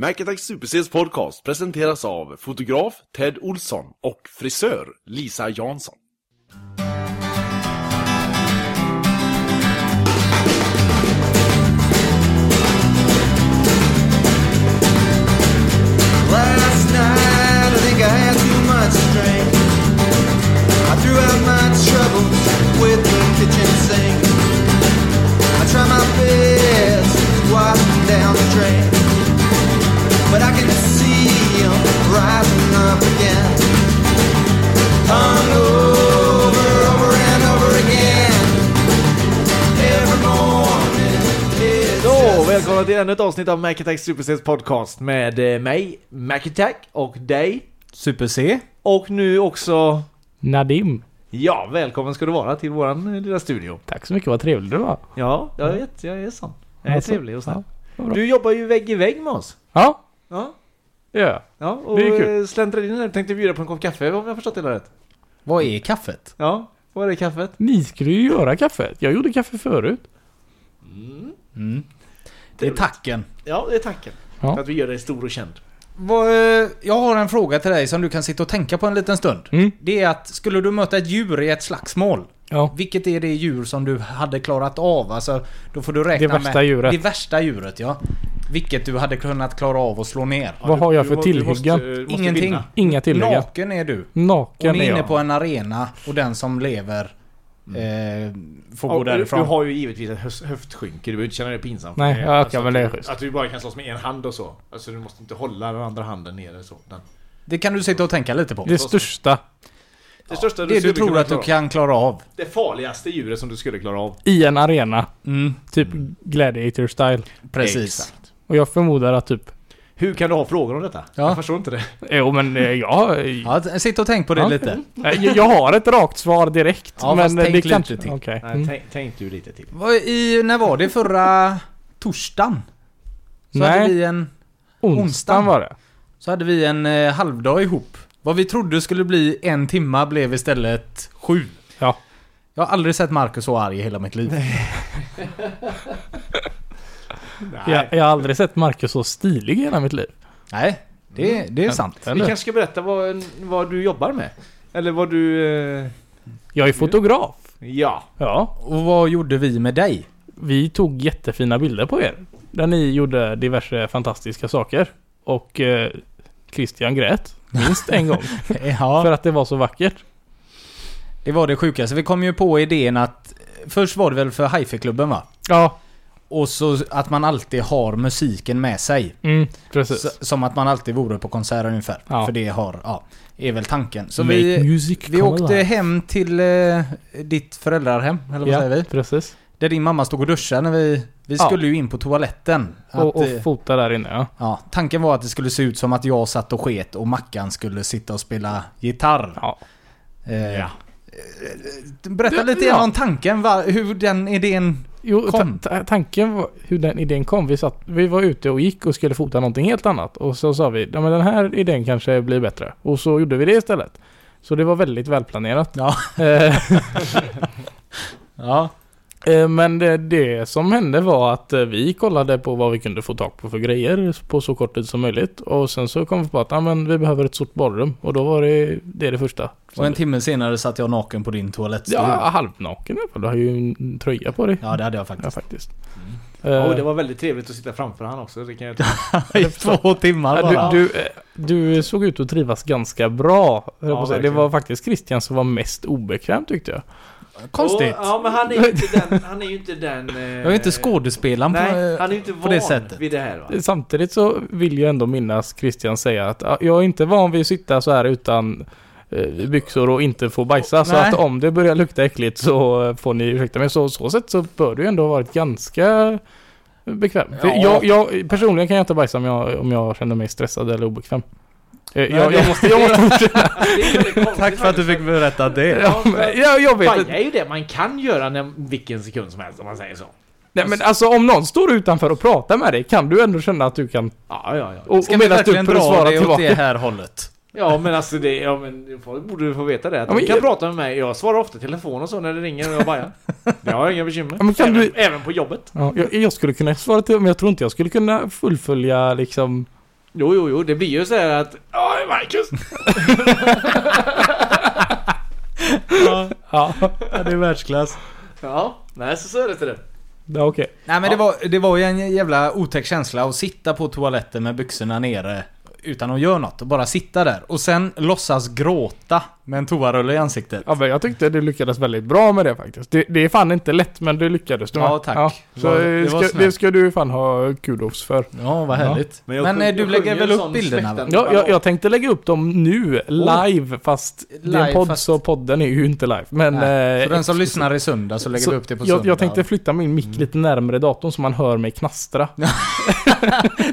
Macattack SuperCs podcast presenteras av fotograf Ted Olsson och frisör Lisa Jansson. Last night, I think I had too much to drink. I threw out my troubles with the kitchen sink. I try my best to wash them down the drain, but I can see 'em rising up again. Hung over, over and over again. Every morning, it's Då, just välkomna till ännu ett avsnitt av Mac Attack Superstars podcast med eh, mig, Mac Attack, och dig. Super-C. Och nu också, Nadim. ja, välkommen ska du vara till våran eh, lilla studio. Tack så mycket, vad trevlig du var. Ja, jag vet, jag är sån. Jag är Alltså, trevlig och snäll. vad bra. Mm. Du jobbar ju vägg i vägg med oss. Ja, Ja. det gör jag. Ja, och Det är kul. eh, släntrade in här tänkte bjuda på en kopp kaffe om jag förstått det hela rätt. Vad är kaffet? Ja, vad är det kaffet? Ni skulle ju göra kaffet. Jag gjorde kaffe förut. Det är tacken. Ja, det är tanken. Ja. För att vi gör dig stor och känd. Vad, eh, Jag har en fråga till dig som du kan sitta och tänka på en liten stund. Mm. Det är att skulle du möta ett djur i ett slagsmål, Ja. vilket är det djur som du hade klarat av? Alltså, då får du räkna Det värsta med djuret. det värsta djuret. ja. Vilket du hade kunnat klara av att slå ner. Vad har jag Du för må- tillhyggen? Du måste, eh, måste Ingenting. vinna. Inga tillägg. Naken är du. Och Naken ni är är inne jag. på en arena och den som lever eh, får gå Och du, du därifrån. har ju givetvis ett höst- höftskynke, du behöver inte känna dig pinsam för Nej, det. jag alltså, kan väl att typ- det du- schysst. Att du bara kan slåss med en hand och så. Alltså du måste inte hålla den andra handen nere så. Den. Det kan du sitta och tänka lite på. Det största Det största Det du skulle tror kunna att du klara kan klara av. av. Det farligaste djuret som du skulle klara av. i en arena. Mm, Typ gladiator-style. precis. Exakt. Och jag förmodar att typ... Hur kan du ha frågor om detta? Ja. Jag förstår inte det. Jo men eh, jag... Ja, t- sitt och tänk på det Ja. lite. Nej, Jag, jag har ett rakt svar direkt. Ja, men fast eh, tänk det lite kanske... till. Okej. Nej, Mm. tänk, tänk du lite till. Vad- I, när var det? Förra torsdagen? Så hade Nej, vi en, onsdagen onsdagen. var det. så hade vi en eh, halvdag ihop. Vad vi trodde skulle bli en timma blev istället sju. Ja. Jag har aldrig sett Marcus så arg i hela mitt liv. Nej. Jag, jag har aldrig sett Marcus så stilig i hela mitt liv. Nej, det, det är sant. Mm. Eller? Vi kanske ska berätta vad, vad du jobbar med? Eller vad du... eh, Jag är fotograf. Ja. Ja. Och vad gjorde vi med dig? Vi tog jättefina bilder på er. Där ni gjorde diverse fantastiska saker. Och eh, Christian grät. Minst en gång. För Ja, att det var så vackert. det var det sjukaste. Vi kom ju på idén att... eh, Först var det väl för hifi-klubben va? Ja, Och så att man alltid har musiken med sig. mm, precis. S- Som att man alltid vore på konsert ungefär. Ja. För det har, ja, är väl tanken. Så Make vi, music Vi come åkte alive. hem till eh, ditt föräldrahem, eller vad ja, säger vi? precis. Där din mamma stod och duschade när vi... Vi Ja. skulle ju in på toaletten. Att, Och, och eh, fota där inne ja. ja, tanken var att det skulle se ut som att jag satt och sket och Mackan skulle sitta och spela gitarr. ja. Eh, Ja. Berätta Det- lite ja. grann om tanken, va, hur den idén... Jo, ta, Kom. ta, tanken var, hur den idén kom. Vi, satt, vi var ute och gick och skulle fota någonting helt annat. Och så sa vi, ja men den här idén kanske blir bättre. Och så gjorde vi det istället. Så det var väldigt välplanerat. Ja. Eh, Ja. Eh, Men det, det som hände var att eh, vi kollade på vad vi kunde få tag på för grejer på så kort tid som möjligt. Och sen så kom vi på att ah, men vi behöver ett stort badrum. Och då var det det, är det första. Och en timme senare satt jag naken på din toalettstol. ja, halvnaken i alla fall. Du har ju en tröja på dig. Ja, det hade jag Ja, faktiskt. faktiskt. Och Eh, Mm. det var väldigt trevligt att sitta framför han också. Det kan jag tänka. I två timmar bara. du, du, eh, du såg ut att trivas ganska bra. höll jag på att säga. det verkligen. var faktiskt Christian som var mest obekväm tyckte jag. Konstigt. Och, ja men han är ju inte den... Han är ju inte den... Eh, Jag är inte skådespelaren på... Nej, han är ju inte på van det sättet. vid det här va? Samtidigt så vill jag ändå minnas Christian säga att ah, jag är inte van vid att sitta så här utan eh, byxor och inte få bajsa. Så Nej. att om det börjar lukta äckligt så eh, får ni ursäkta mig. Så så sätt så bör du ändå ha varit ganska bekväm. För Ja. Jag, jag, personligen kan jag inte bajsa om jag, om jag känner mig stressad eller obekväm. Eh, Jag, jag, det- måste, jag måste fortsätta. Det är väldigt konstigt Tack för att du fick berätta det. Ja, men jag, jag vet Baja inte. är ju det man kan göra när, vilken sekund som helst om man säger så. Nej, men alltså om någon står utanför och pratar med dig kan du ändå känna att du kan... Ja, ja, ja. Och, Ska och vi medan du verkligen dra svarar det åt det tillbaka. här hållet? Ja men alltså det, ja men folk borde få veta det. Att Ja, de men kan jag- prata med mig. Jag svarar ofta i telefon och så när det ringer och jag bara ja. Det har jag inga bekymmer. Ja, men kan även, du- även på jobbet. Ja, jag, jag skulle kunna svara till men jag tror inte jag skulle kunna fullfölja liksom Jo, jo, jo. Det blir ju så här att... Oj, Marcus! ja, ja, det är världsklass. Ja, nej så så är det till det. Ja, okej. Nej men det, var, det var ju en jävla otäck känsla att sitta på toaletten med byxorna nere utan att göra något. Och bara sitta där. Och sen låtsas gråta med en toarulle i ansiktet. Ja, men jag tyckte du lyckades väldigt bra med det faktiskt. Det, det är fan inte lätt, men du lyckades. Du Ja, med. tack. Det så var- det, det var ska, snällt. det ska du fan ha kudos för. Ja, vad härligt. Men Men, jag sjung- eh, du jag lägger sjunger väl en sån sån upp bilderna? va? släkten- Ja, jag, jag tänkte lägga upp dem nu, live, fast det är Live, en podd fast- så podden är ju inte live. Men... Nej. eh, Så den som lyssnar i söndag så lägger så vi upp det på jag, söndag. Mm. jag tänkte flytta min mick lite närmre datorn så man hör mig knastra.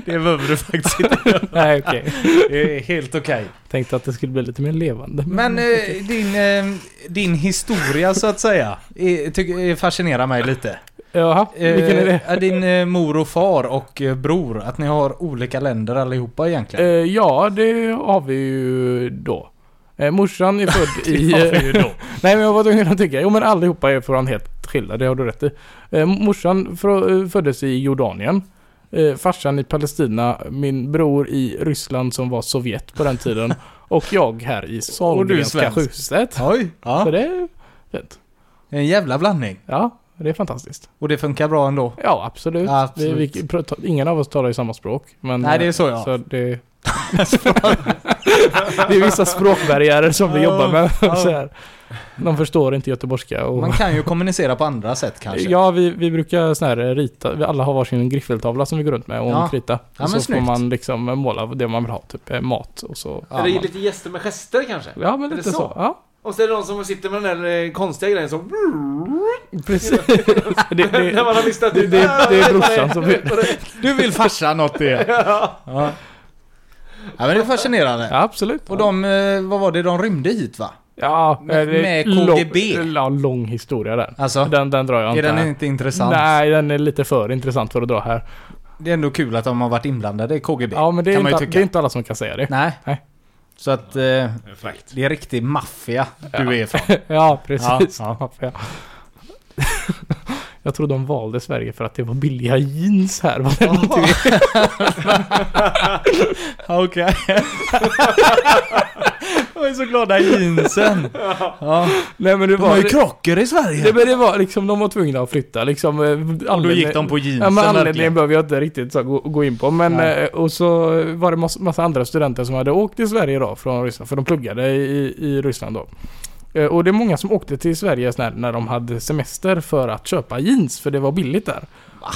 Det behöver du faktiskt inte. Nej, okej. Det är helt okej. Tänkte att det skulle bli lite mer levande. Men eh, din, eh, din historia så att säga, är, tyck, eh, fascinerar mig lite. Jaha, Eh, vilken är det? Din eh, mor och far och eh, bror, att ni har olika länder allihopa egentligen. Eh, ja, det har vi ju då. Eh, morsan är född i... Nej men jag var tvungen att tänka. Jo men allihopa är från helt skilda, det har du rätt i. Eh, morsan frå- eh, föddes i Jordanien. Eh, farsan i Palestina, min bror i Ryssland som var Sovjet på den tiden. Och jag här i Sahlgrenska svensk. sjukhuset. Oj! Så Ja, det är fint. en jävla blandning. Ja, det är fantastiskt. Och det funkar bra ändå. Ja, absolut. Absolut. Vi, vi, pratar- ingen av oss talar ju samma språk. Men, Nej, det är så, ja. Så det, det är vissa språkbarriärer som vi jobbar med. Så här. De förstår inte göteborgska. Och, Man kan ju kommunicera på andra sätt kanske. ja, vi, vi brukar sån här eh, rita. Vi alla har varsin griffeltavla som vi går runt med och Ja. en krita. Ja, och men så får snyggt. man liksom måla det man vill ha, typ eh, mat och så. Ja, Eller man- lite gäster med gester kanske. Ja, men det lite så. så? Ja, Och så är det någon som sitter med den där eh, konstiga grejen som... precis. det, det, När man har listat det, det, ut... det är brorsan som... Du vill farsan något det. Ja. ja. men det är fascinerande. Ja, absolut. Och de, eh, vad var det, de rymde hit va? Ja, Med- eh, det- med lång- KGB. Ja, lång historia där. Alltså, Den, den drar jag är inte den här. inte intressant? Nej, den är lite för intressant för att dra här. Det är ändå kul att de har varit inblandade i KGB. Ja, men det är, kan man ju inte, tycka. det är inte alla som kan säga det. Nej. Nej. Så att eh, Fräckt. det är riktig maffia du är från. Ja, precis. Ja, Ja, för jag- Jag tror de valde Sverige för att det var billiga jeans här. Var det någonting? Okej. Jag är så glada i jeansen. Ja. Nej men det De har var... ju Det, krockor i Sverige. det, men det var liksom, de var tvungna att flytta liksom. eh, Då anledning- gick de på jeansen Ja, men anledningen verkligen. behöver jag inte riktigt så, gå, gå in på. Men, Nej. eh, och så var det massa, massa andra studenter som hade åkt till Sverige då från Ryssland. För de pluggade i, i Ryssland då. Eh, Och det är många som åkte till Sverige när, när de hade semester för att köpa jeans. För det var billigt där.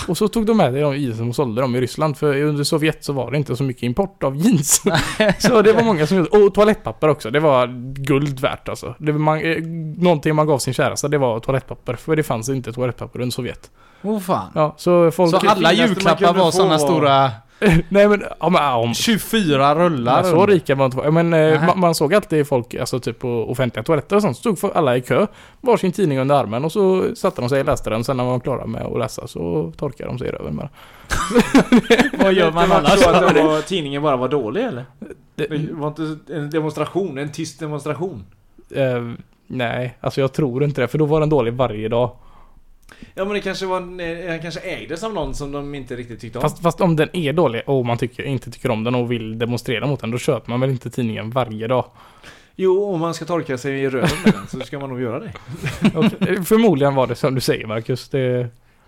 Och så tog de med sig de jeansen och sålde dem i Ryssland. För under Sovjet så var det inte så mycket import av jeans. så det var många som gjorde. Och toalettpapper också. Det var guld värt alltså. Det, var man, eh, någonting man gav sin kärasta det var toalettpapper. För det fanns inte toalettpapper under Sovjet. Oh, fan. Ja, så folk... Så alla finaste man julklappar kunde var få sådana var- stora Nej men, ja, men ja, om... 24 rullar. Nej, så rika var inte folk. Men eh, Nej. man, man såg alltid folk, alltså typ på offentliga toaletter och sånt, stod för- alla i kö, varsin tidning under armen och så satte de sig och läste den. Sen när man var klara med att läsa så torkade de sig i röven med den. Vad gör man Man annars? förstår att det var, tidningen bara var dålig eller? Det- Det var inte en demonstration, en tyst demonstration. Eh, nej, alltså jag tror inte det, för då var den dålig varje dag. Ja men det kanske var, en- eh, han kanske ägdes av någon som de inte riktigt tyckte om. Fast, fast om den är dålig och man tycker, inte tycker om den och vill demonstrera mot den, då köper man väl inte tidningen varje dag? Jo, om man ska torka sig i röven med den, så ska man nog göra det. Okej, eh, Förmodligen var det som du säger Marcus. Det,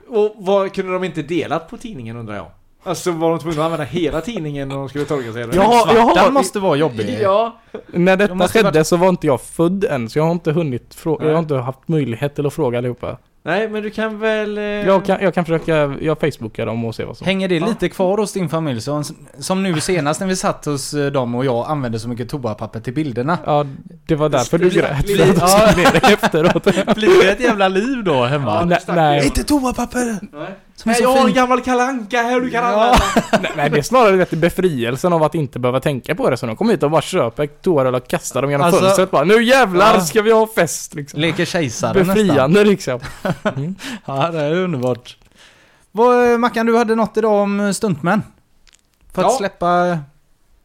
Och vad kunde de inte delat på tidningen undrar jag? Alltså var de tvungna att använda hela tidningen när de skulle torka sig i röven? Ja, jag har- Den måste vara jobbig. Ja, När detta måste skedde så var inte jag född än, så jag har inte hunnit fråga, jag har inte haft möjlighet till att fråga allihopa. nej men du kan väl... eh, Jag kan, jag kan försöka, jag facebookar dem och se vad som... Hänger det lite kvar hos din familj? Som, som nu senast när vi satt hos eh, dem och jag använde så mycket toapapper till bilderna. Ja, det var därför du grät. Lilla- för att du skrev ner det efteråt. Blir det ett jävla liv då hemma? Nej, nej, Inte toapapper! Nej. Som är Nej, så jag har en fint. gammal kalanka här du kan Ja. använda. nej, det är snarare vet, du, befrielsen av att inte behöva tänka på det. Så de kom hit och bara köper toarullar och kastar dem genom Alltså- fönstret. Bara, nu jävlar Ja. ska vi ha fest liksom. Leker kejsare nästan. Befriande liksom. Ja, det är underbart. Vad, eh, Mackan, du hade något idag om eh, stuntmän. För att Ja. släppa...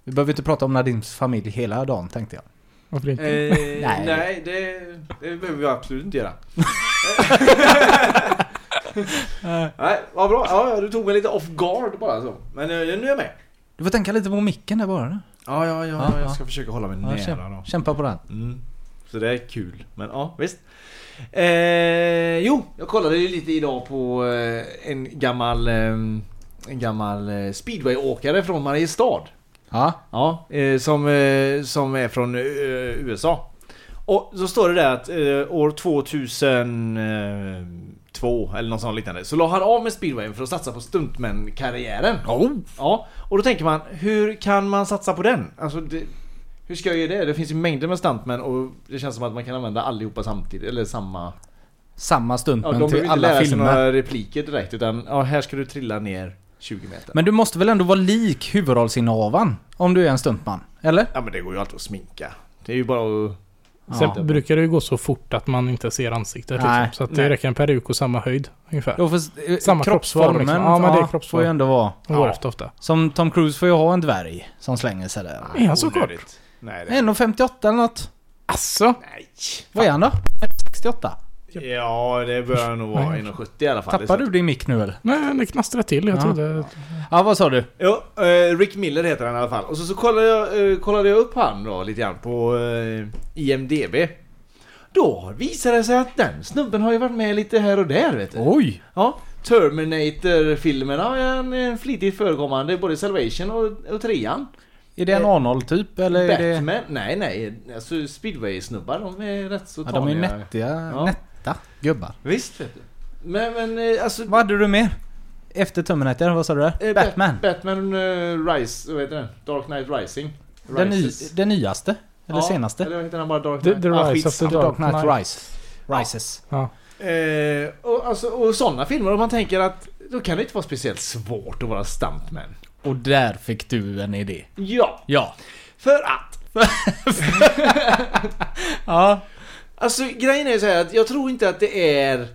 Vi behöver inte prata om Nadims familj hela dagen tänkte jag. Varför inte? Eh, Nej. nej, det, det behöver vi absolut inte göra. nej, vad bra. Ja, ja, du tog mig lite off guard bara så. Men eh, nu är jag med. Du får tänka lite på micken där bara. Ja, ja, Ja, ja, ja. jag ska försöka hålla mig Ja, nära då. kämpa, kämpa på den. Mm. Så det är kul. Men ja, visst. Eh, jo, jag kollade ju lite idag på eh, en gammal, eh, en gammal eh, speedwayåkare från Mariestad. Ja. Ja, eh, som, eh, som är från eh, USA. Och så står det där att eh, år 2002 eller något sånt liknande så la han av med speedwayen för att satsa på stuntmän-karriären. Ja, och då tänker man hur kan man satsa på den? Alltså, det, hur ska jag göra det? Det finns ju mängder med stuntmän och det känns som att man kan använda allihopa samtidigt eller samma. Samma Ja, de stuntman behöver till inte alla lära sig filmer. några repliker direkt utan ja, här ska du trilla ner 20 meter. Men du måste väl ändå vara lik huvudrollsinnehavaren? Om du är en stuntman? Eller? Ja men det går ju alltid att sminka. Det är ju bara att... Sen Ja. brukar det ju gå så fort att man inte ser ansiktet. Nej, liksom. Så att det nej. räcker en peruk och samma höjd ungefär. Jo, för, eh, Samma kroppsform, kroppsformen liksom. Ja, men det är får ju kroppsform. ändå vara... Hon går ja. efter ofta. Som Tom Cruise får ju ha en dvärg som slänger sig där. Är han så kort? Onödigt. Nej, det 1,58 eller något. Asså? Nej. Vad är han då? 68? Ja, det bör nog vara 1,70 i alla fall. Tappar du din mick nu eller? Nej, det knastrar till. Jag Ja. trodde... Ja, vad sa du? Jo, eh, Rick Miller heter han i alla fall. Och så, så kollade, jag, eh, kollade jag upp han då lite grann på eh, IMDB. Då visar det sig att den snubben har ju varit med lite här och där vet du. Oj! Ja, Terminator-filmerna är han eh, flitigt förekommande, både Salvation och, och trean. Är det en Eh, A0 typ eller? Är det... Batman, nej nej, alltså speedway-snubbar de är rätt så Ja, de är ju taniga. nättiga, Ja. nätta gubbar. Visst vet du. Men, men eh, alltså... Vad hade du mer? Efter Terminator, vad sa du där? Eh, Bat- Batman. Batman eh, Rise, vad heter den? Dark Knight Rising. Den, ny, Rises. den nyaste? Eller Ja, senaste? Eller heter den bara Dark The, Knight? the Ah, Rise of the skitsamma. Dark, Dark Knight Knight. Rise. Rises. Ja. Eh, och, alltså, och sådana filmer, om man tänker att då kan det inte vara speciellt svårt att vara stuntman. Och där fick du en idé. Ja, Ja. för att. Ja. Alltså grejen är ju så här att jag tror inte att det är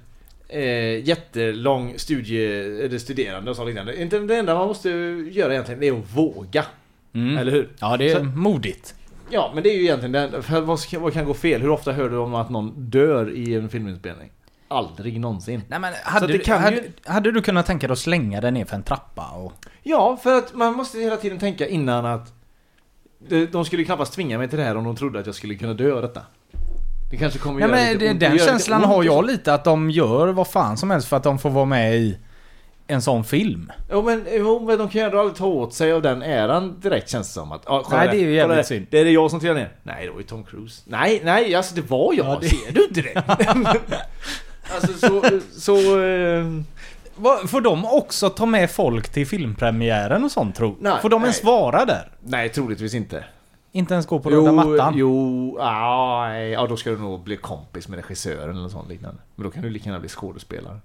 eh, jättelång studie, eller studerande och sånt liknande. Inte det enda man måste göra egentligen, det är att våga. Mm. Eller hur? Ja, det är Så- modigt. Ja, men det är ju egentligen den, för vad, ska, vad kan gå fel? Hur ofta hör du om att någon dör i en filminspelning? Aldrig någonsin. Nej, men Så hade, det du, kan hade, ju- hade du kunnat tänka dig att slänga den ner för en trappa? Och... Ja, för att man måste hela tiden tänka innan att de- de skulle knappast tvinga mig till det här om de trodde att jag skulle kunna dö av detta. Det kanske kommer Nej, göra men lite det, ont, den göra lite känslan ont har och så. jag lite, att de gör vad fan som helst för att de får vara med i en sån film. Jo men, jo men de kan ju ändå aldrig ta åt sig av den äran direkt känns det som att... Ja, kolla Nej, det är ju kolla jävligt där. synd. Det är det jag som trillar ner. Nej det var ju Tom Cruise. Nej, nej alltså det var jag. Ja, det- Ser du inte det? alltså så... så eh, Vad- Får de också ta med folk till filmpremiären och sånt tro? Nej, Får de nej. ens vara där? nej troligtvis inte. Inte ens gå på röda mattan? Jo, ah, nej, ja då ska du nog bli kompis med regissören eller sånt liknande. Men då kan du lika gärna bli skådespelare.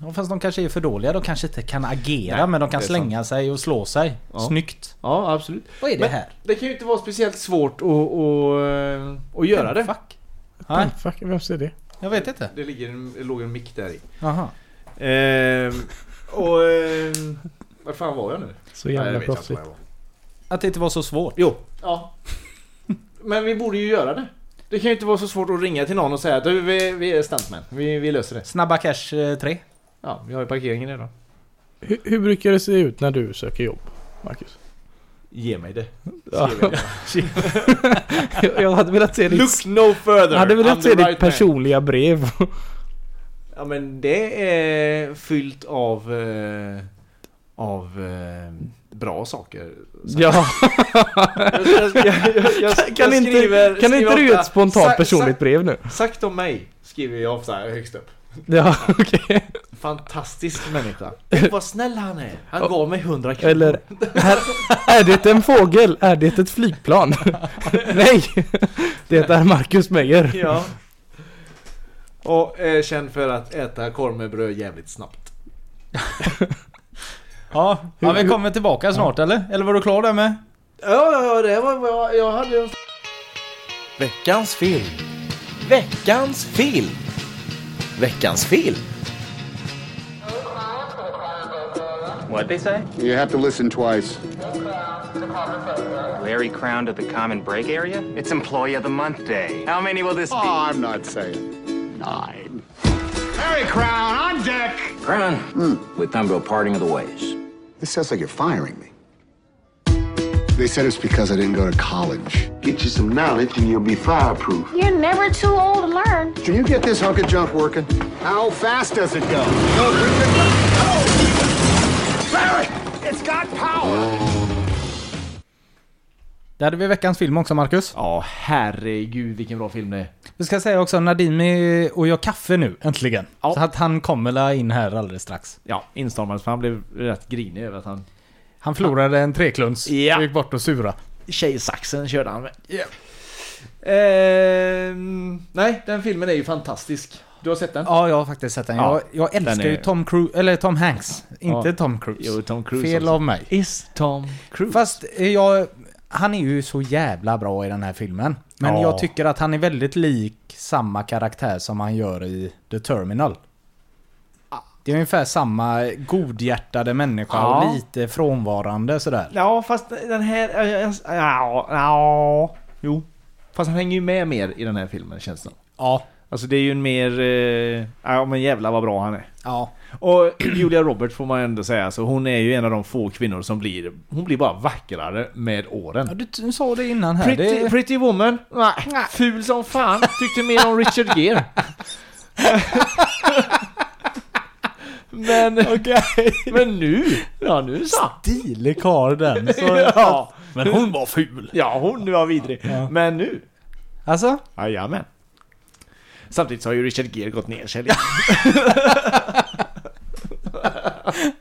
Ja, fast de kanske är för dåliga, de kanske inte kan agera Nej, men de kan det är slänga sig och slå sig. Ja. Snyggt. Ja, absolut. Vad är det Men här? Det kan ju inte vara speciellt svårt att, eh, att, att göra det. Fuck. Nej. Nej, Fuck, vem ser det? jag vet inte. Det ligger en, det låg en mick där i. Aha. Ehm, och... Ehm, var fan var jag nu? Så Nej, jävla jag vet inte proffsigt. var jag var. Att det inte var så svårt. Jo. Ja. Men vi borde ju göra det. Det kan ju inte vara så svårt att ringa till någon och säga att "Du, vi, vi är stuntmän. Vi, vi löser det. Snabba Cash eh, 3. Ja, vi har ju parkeringen idag. Hur, hur brukar det se ut när du söker jobb, Marcus? Ge mig det. Ja. Ge mig det. jag jag hade velat se ditt, Look no further! jag hade I'm velat the se ditt right man. personliga brev. Ja men det är fyllt av... Eh, av eh, bra saker. ja. Jag, jag, jag, jag, jag, Kan, jag inte, skriver, kan inte skriver du göra ofta, ett spontant "Sa- sa- personligt brev nu? Sagt om mig skriver jag ofta högst upp. Ja, okej. Fantastisk människa. Tänk vad snäll han är. Han gav mig 100 kronor. Eller, här, är det en fågel? Är det ett flygplan? Nej! Det är Marcus Meyer. Ja. Och eh, känd för att äta korv med bröd jävligt snabbt. Ja, ja vi kommer tillbaka snart eller? Eller var du klar där med? Ja, ja, ja, det var vad jag hade en... Veckans film. Veckans film. Veckans film. What'd they say? You have to listen twice. Larry Crown to the Common Break area? It's Employee of the Month Day. How many will this Oh, I'm not saying nine. Harry Crown Hmm. on deck. Crown, we've come to a parting of the ways. This sounds like you're firing me. They said it's because I didn't go to college. Get you some knowledge and you'll be fireproof. You're never too old to learn. Can you get this hunk of junk working? How fast does it go? Barry, it's got power. Där hade vi veckans film också Marcus. Ja, herregud vilken bra film det är. Vi ska säga också Nadimi och jag kaffe nu äntligen. Så att han kommer la in här alldeles strax. Ja, instormades för han blev rätt grinig över att han... Han förlorade en treklunds. Ja. Och gick bort och sura. Tjejsaxen körde han med. Ehm, nej, den filmen är ju fantastisk. Du har sett den? Ja, jag har faktiskt sett den. Ja, Jag, jag älskar är- ju Tom Cruise, eller Tom Hanks. Inte Ja. Tom Cruise. Jo, Tom Cruise alltså. Fel också. av mig. Is Tom Cruise. Fast eh, jag, han är ju så jävla bra i den här filmen. Men Ja. jag tycker att han är väldigt lik samma karaktär som han gör i The Terminal. Det är ungefär samma godhjärtade människa Ja. och lite frånvarande sådär. Ja, fast den här... Ja, ja, ja. Jo. Fast han hänger ju med mer i den här filmen känns det som. Ja. Alltså det är ju en mer... Eh, ja men jävlar vad bra han är. Ja. Och Julia Roberts får man ändå säga, så hon är ju en av de få kvinnor som blir... Hon blir bara vackrare med åren. ja du, du sa det innan här. Pretty, det, pretty woman? Nej, ful som fan. Tyckte mer om Richard Gere. men, men nu, ja nu så. Stilig karl den. Så, Ja. Men hon var ful. Ja, hon var vidrig. Men nu, Alltså? jajamän. Samtidigt så har ju Richard Gere gått ner sig lite.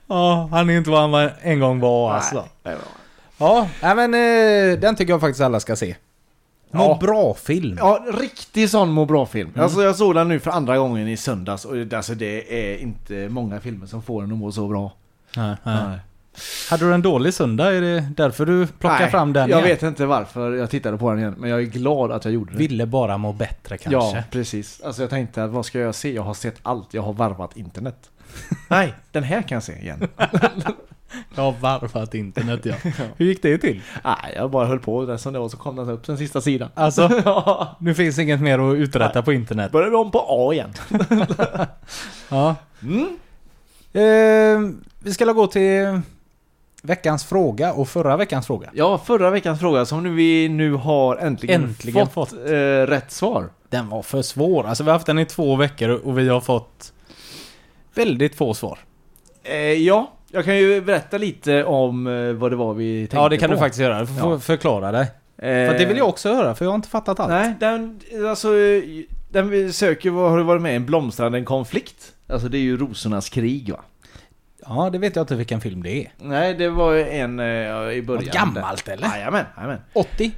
Ja, han är inte vad han var en gång var alltså. Ja, nej, men eh, den tycker jag faktiskt alla ska se. Må Ja. bra film. Ja, riktig sån må bra-film. Alltså jag såg den nu för andra gången i söndags och det- alltså det är inte många filmer som får en att må så bra. Nej, nej. Hade du en dålig söndag? Är det därför du plockar Nej, fram den Jag igen? vet inte varför jag tittade på den igen, men jag är glad att jag gjorde det. Ville bara må bättre kanske. Ja, precis. Alltså jag tänkte att vad ska jag se? Jag har sett allt. Jag har varvat internet. Nej, den här kan jag se igen. Jag har varvat internet ja. Hur gick det till? Nej, jag bara höll på där som det var så kom den upp den sista sidan. Alltså, nu finns inget mer att uträtta på internet. Börjar vi om på A igen. Ja. Mm. Eh, vi ska gå till veckans fråga och förra veckans fråga. Ja, förra veckans fråga som nu vi nu har äntligen, Äntligen fått, fått. eh, rätt svar. Den var för svår. Alltså vi har haft den i två veckor och vi har fått väldigt få svar. Eh, ja, jag kan ju berätta lite om eh, vad det var vi tänkte på. ja, det kan du faktiskt göra. Du får förklara dig. Eh, För det vill jag också höra, för jag har inte fattat allt. Nej, den, alltså, eh, den vi söker vad har det varit med i? en blomstrande konflikt. Alltså det är ju rosornas krig va? Ja, det vet jag inte vilken film det är. Nej, det var ju en eh, i början. Något gammalt eller? Jajamän, jajamän. 80?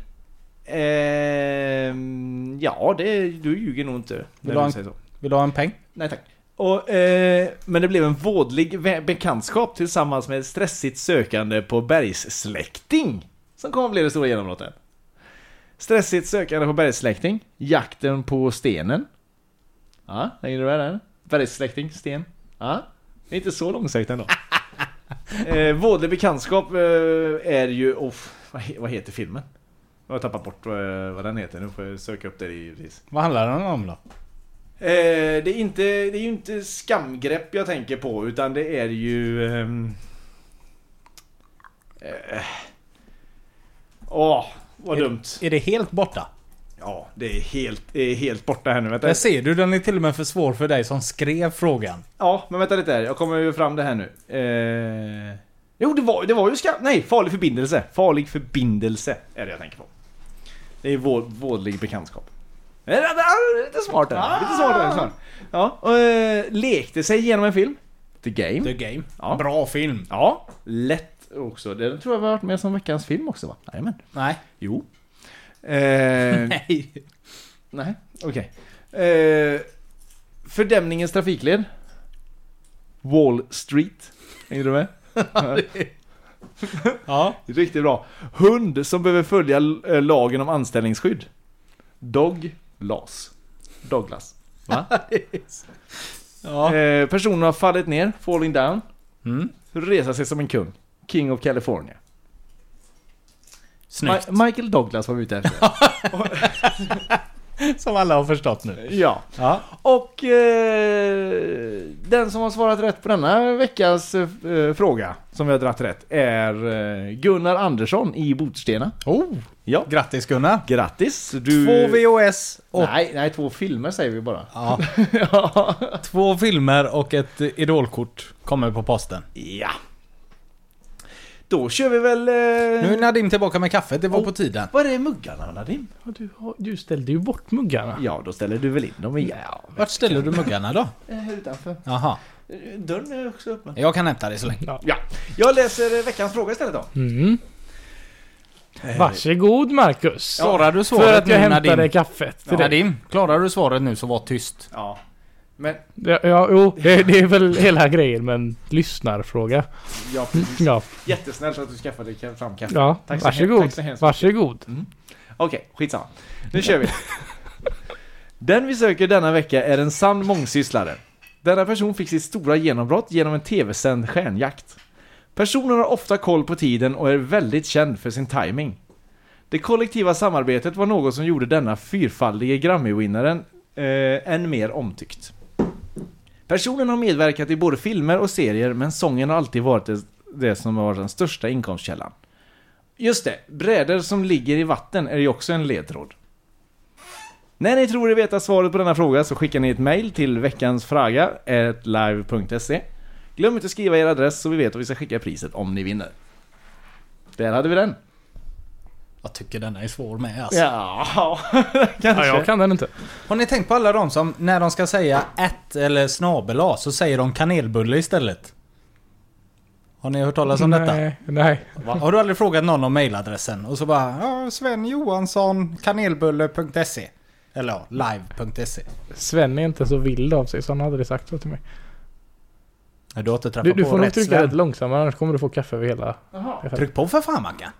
Ehm, ja, det, du ljuger nog inte. Vill När du, ha du en, säger så. vill du ha en peng? Nej tack. Och, eh, men det blev en vådlig vä- bekantskap tillsammans med ett stressigt sökande på bergssläkting. Som kom och blev det stora genombrottet. Stressigt sökande på bergssläkting. Jakten på stenen. Ja, hänger du med där? Bergssläkting, sten. Ja, det är inte så långsökt ändå. eh, vådlig bekantskap eh, är ju... Oh, vad, he- vad heter filmen? Jag har tappat bort eh, vad den heter. Nu får jag söka upp det givetvis. Vad handlar den om då? Eh, det, är inte, det är ju inte skamgrepp jag tänker på utan det är ju... ehm, eh, Åh, vad dumt. Är det helt borta? Ja, det är helt, det är helt borta här nu. Vänta. Där ser du, den är till och med för svår för dig som skrev frågan. Ja, men vänta lite här. Jag kommer ju fram det här nu. Eh... Jo, det var, det var ju skam... Nej, farlig förbindelse. Farlig förbindelse är det jag tänker på. Det är vår, vådlig bekantskap. Eh, det- det- Lite smart där. Lite smart där. smart. Ja, och, eh, lekte sig igenom en film. The Game. The Game. Ja. Bra film. Ja, lätt också. Det tror jag vi har varit med som veckans film också va? Jajamän. Nej. Jo. Eh, Nej. nej, okej. Eh, fördämningens trafikled. Wall Street. Hänger du med? Ja. Riktigt bra. Hund som behöver följa eh, lagen om anställningsskydd. Dog Las. Douglas. Va? Ja. Eh, personen har fallit ner, falling down. Mm. Resa sig som en kung. King of California. Snyggt. Ma- Michael Douglas var vi ute efter. Som alla har förstått nu. Ja. Ja. Och eh, den som har svarat rätt på denna veckas eh, fråga, som vi har dragit rätt, är eh, Gunnar Andersson i Botstena. Oh. Ja. Grattis Gunnar! Grattis! Du... Två VHS och Nej, nej, två filmer säger vi bara. Ja. ja. två filmer och ett eh, idolkort kommer på posten. ja. Då kör vi väl... Nu Eh... är Nadim tillbaka med kaffet, det var på tiden. Var är muggarna Nadim? Ja, du, har- du ställde ju bort muggarna. Ja, då ställer du väl in dem igen. Vart ställer du muggarna då? Eh, Här utanför. Jaha. Eh, Dörren är också öppen. Jag kan hämta det så länge. Ja. Jag läser eh, veckans fråga istället då. Mm. Varsågod Marcus. Klarar du För svaret att jag nu hämtade Nadim? kaffet till dig. Nadim, klarar du svaret nu så var tyst. Ja. Men, Ja, ja, jo, det, det är väl hela grejen med en lyssnarfråga. ja precis. Ja, Jättesnällt att du skaffade ka- fram kaffe. ja. Tack så he- varsågod. tack så hemskt varsågod. Okej, skitsamma. Nu kör vi. Den vi söker denna vecka är en sann mångsysslare. Denna person fick sitt stora genombrott genom en tv-sänd stjärnjakt. Personen har ofta koll på tiden och är väldigt känd för sin timing. Det kollektiva samarbetet var något som gjorde denna fyrfaldige Grammy-vinnaren eh, än mer omtyckt. Personen har medverkat i både filmer och serier, men sången har alltid varit det, det som har varit den största inkomstkällan. Just det, brädor som ligger i vatten är ju också en ledtråd. När ni tror er veta svaret på denna fråga så skickar ni ett mail till veckansfraga.live.se Glöm inte att skriva er adress så vi vet att vi ska skicka priset om ni vinner. Där hade vi den. Jag tycker denna är svår med alltså. Ja, kanske. Ja, jag kan den inte. Har ni tänkt på alla de som, när de ska säga ett eller snabel A, så säger de kanelbulle istället? Har ni hört talas om detta? Nej, nej. Va? Har du aldrig frågat någon om mailadressen? Och så bara ja, Sven Johansson, kanelbulle.se. E." Eller ja, live.se. Sven är inte så vild av sig så han hade det sagt så till mig. Nej, Du har inte Du, träffat du på får nog rätt trycka rätt Sven. långsammare annars kommer du få kaffe över hela... Tryck på för fan Mackan.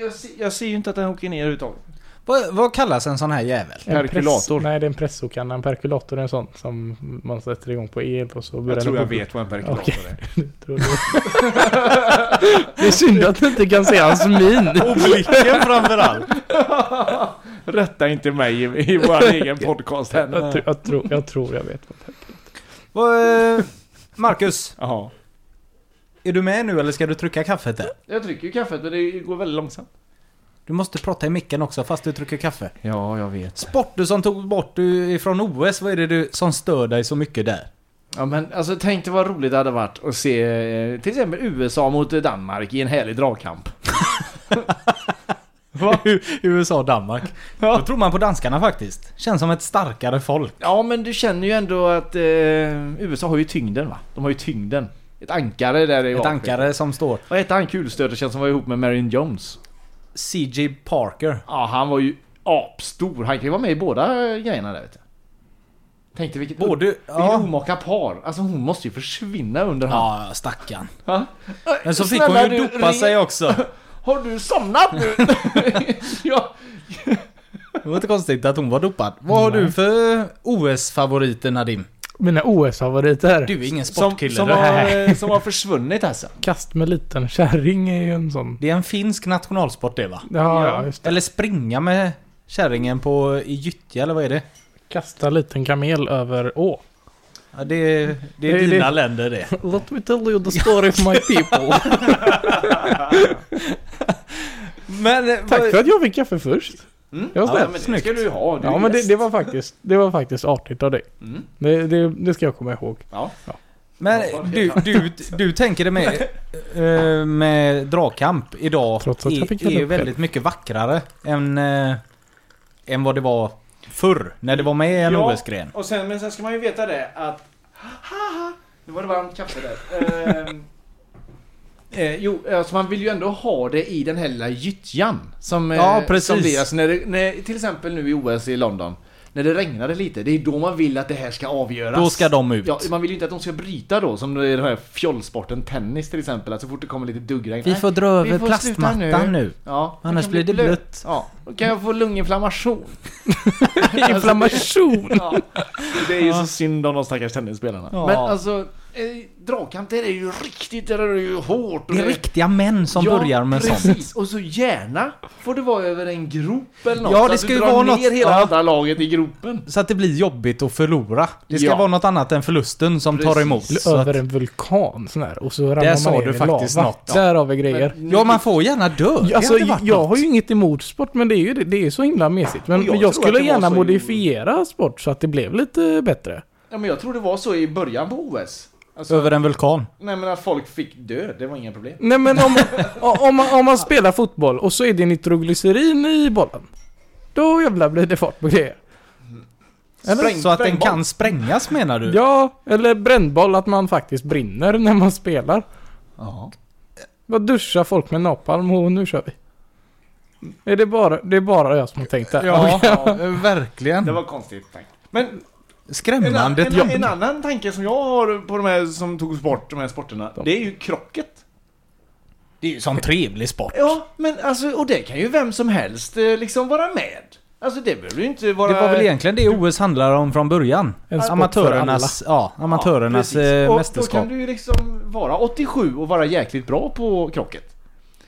Jag, ser, jag ser ju inte att den åker ner överhuvudtaget. Vad, vad kallas en sån här jävel? En press- Perkulator. Nej, det är en pressokanna. En perkulator är en sån som man sätter igång på el och så börjar Jag den tror jag bubbla. vet vad en perkulator Okej. är. Tror du? det är synd att du inte kan se hans min. Blicken framförallt. Rätta inte mig i, i vår egen podcast här. Jag, tr- jag, tror, jag tror jag vet. vad det är. eh, Marcus, Jaha. är du med nu eller ska du trycka kaffet där? Jag trycker ju kaffet men det går väldigt långsamt. Du måste prata i micken också fast du trycker kaffe. Ja, jag vet. Sport du som tog bort du ifrån OS, vad är det du som stör dig så mycket där? Ja men alltså tänk dig vad roligt det hade varit att se eh, till exempel USA mot eh, Danmark i en härlig dragkamp. USA och Danmark. Då tror man på danskarna faktiskt. Känns som ett starkare folk. Ja men du känner ju ändå att eh, USA har ju tyngden va? De har ju tyngden. Ett ankare där i Ett vapen. ankare som står Vad hette han kulstöterskän som var ihop med Marion Jones? CJ Parker. Ja han var ju apstor. Han kan ju vara med i båda eh, grejerna där vet du. Tänk dig vilket, Både- vilket ja. omaka par. Alltså hon måste ju försvinna under han. Ja, stackarn. Ja. Men så fick hon ju dopa sig också. Har du somnat nu? ja. Det var inte konstigt att hon var dopad. Vad har du för OS-favoriter Nadim? Mina OS-favoriter. Du är ingen Som, sportkille. som, du. har, eh, som har försvunnit alltså. Kast med liten kärring är ju en sån. Det är en finsk nationalsport det va? Ja, ja just det. Eller springa med kärringen på, i gyttja eller vad är det? Kasta liten kamel över å. Ja, det, är- det är Det är dina det. länder det. Let me tell you the story of my people. Men eh, Tack för att jag fick kaffe först. Jag var Mm. Ja, snäll. men det Snyggt. ska du ju ha. Du är Ja men det, gäst. det var faktiskt, det var faktiskt artigt av dig. Det, det, det ska jag komma ihåg. Ja. Men eh, du, du, du tänker det med, eh, med dragkamp idag Trots att jag fick är, är hälla ju upp det. väldigt mycket vackrare än, eh, än vad det var förr. När det var med i en Ja, OS-gren. och sen, men sen ska man ju veta det att... Haha, nu var det varmt kaffe där. Ehm, Eh, jo, alltså man vill ju ändå ha det i den här lilla gyttjan. Som, eh, Ja, precis. som blir, alltså när det, när, till exempel nu i OS i London. När det regnade lite, det är då man vill att det här ska avgöras. Då ska de ut. Ja, man vill ju inte att de ska bryta då, som i den här fjollsporten tennis till exempel. Att så fort det kommer lite duggregn. Vi nej, får dra vi över får sluta plastmattan nu. Ja, Annars kan blir det blöt. blött. Ja, då kan jag få lunginflammation. Inflammation! alltså, Ja. Det är ju så synd om de stackars tennisspelarna. Ja. Men alltså, eh, dragkamper är ju riktigt, det är ju hårt. och Det är riktiga män som börjar med precis. sånt. Och så gärna får det vara över en grop eller något. Ja, så det att ska du ju drar vara ner något- hela ja. andra laget i gropen. Så att det blir jobbigt att förlora. Det ska Ja. vara något annat än förlusten som tar Precis. emot. Så Över att, en vulkan sån här, och så ramlar man sa ner du i faktiskt lava. något. Där har vi grejer. Men- ja, man får gärna dö. Det Alltså, hade jag varit har något. ju inget emot sport, men det är ju det, det är så himla mesigt. Men Och jag jag, tror att skulle det var gärna så i- modifiera sport så att det blev lite bättre. Ja, men jag tror det var så i början på OS. Alltså, Över en vulkan. Nej men att folk fick dö, det var inga problem. Nej men om, o- om, man, om man spelar fotboll och så är det nitroglycerin i bollen. Då jävlar blir det fart på grejer. Spräng- så att den sprängboll. kan sprängas menar du? Ja, eller brännboll, att man faktiskt brinner när man spelar. Ja. Vad duschar folk med napalm och nu kör vi. Är det, bara, det är bara jag som har tänkt det här. Ja, verkligen. Det var konstigt. Tack. Men en, an- Skrämmande en, jobb. en annan tanke som jag har på de här som togs bort, de här sporterna, det är ju krocket. Det är ju sån trevlig sport. Ja, men alltså, och det kan ju vem som helst eh, liksom vara med. Alltså det behöver ju inte vara... Det var väl egentligen det OS handlar om från början. En sport Amatörernas, ja, amatörernas precis. eh, och Då mästerskap. kan du ju liksom vara 87 och vara jäkligt bra på krocket.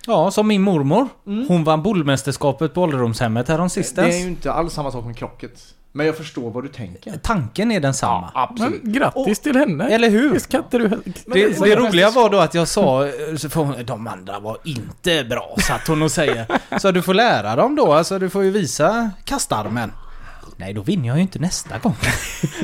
Ja, som min mormor. Hon vann bollmästerskapet på ålderdomshemmet Mm. Det är häromsistens. ju inte alls samma sak med krocket. Men jag förstår vad du tänker. Tanken är densamma. Absolut. Men grattis till henne. Eller hur? Visst kan inte du... Det, det roliga var då att jag sa, eh, så får hon, de andra var inte bra, satt hon och säger. Så du får lära dem då, alltså du får ju visa kastarmen. Nej, då vinner jag ju inte nästa gång.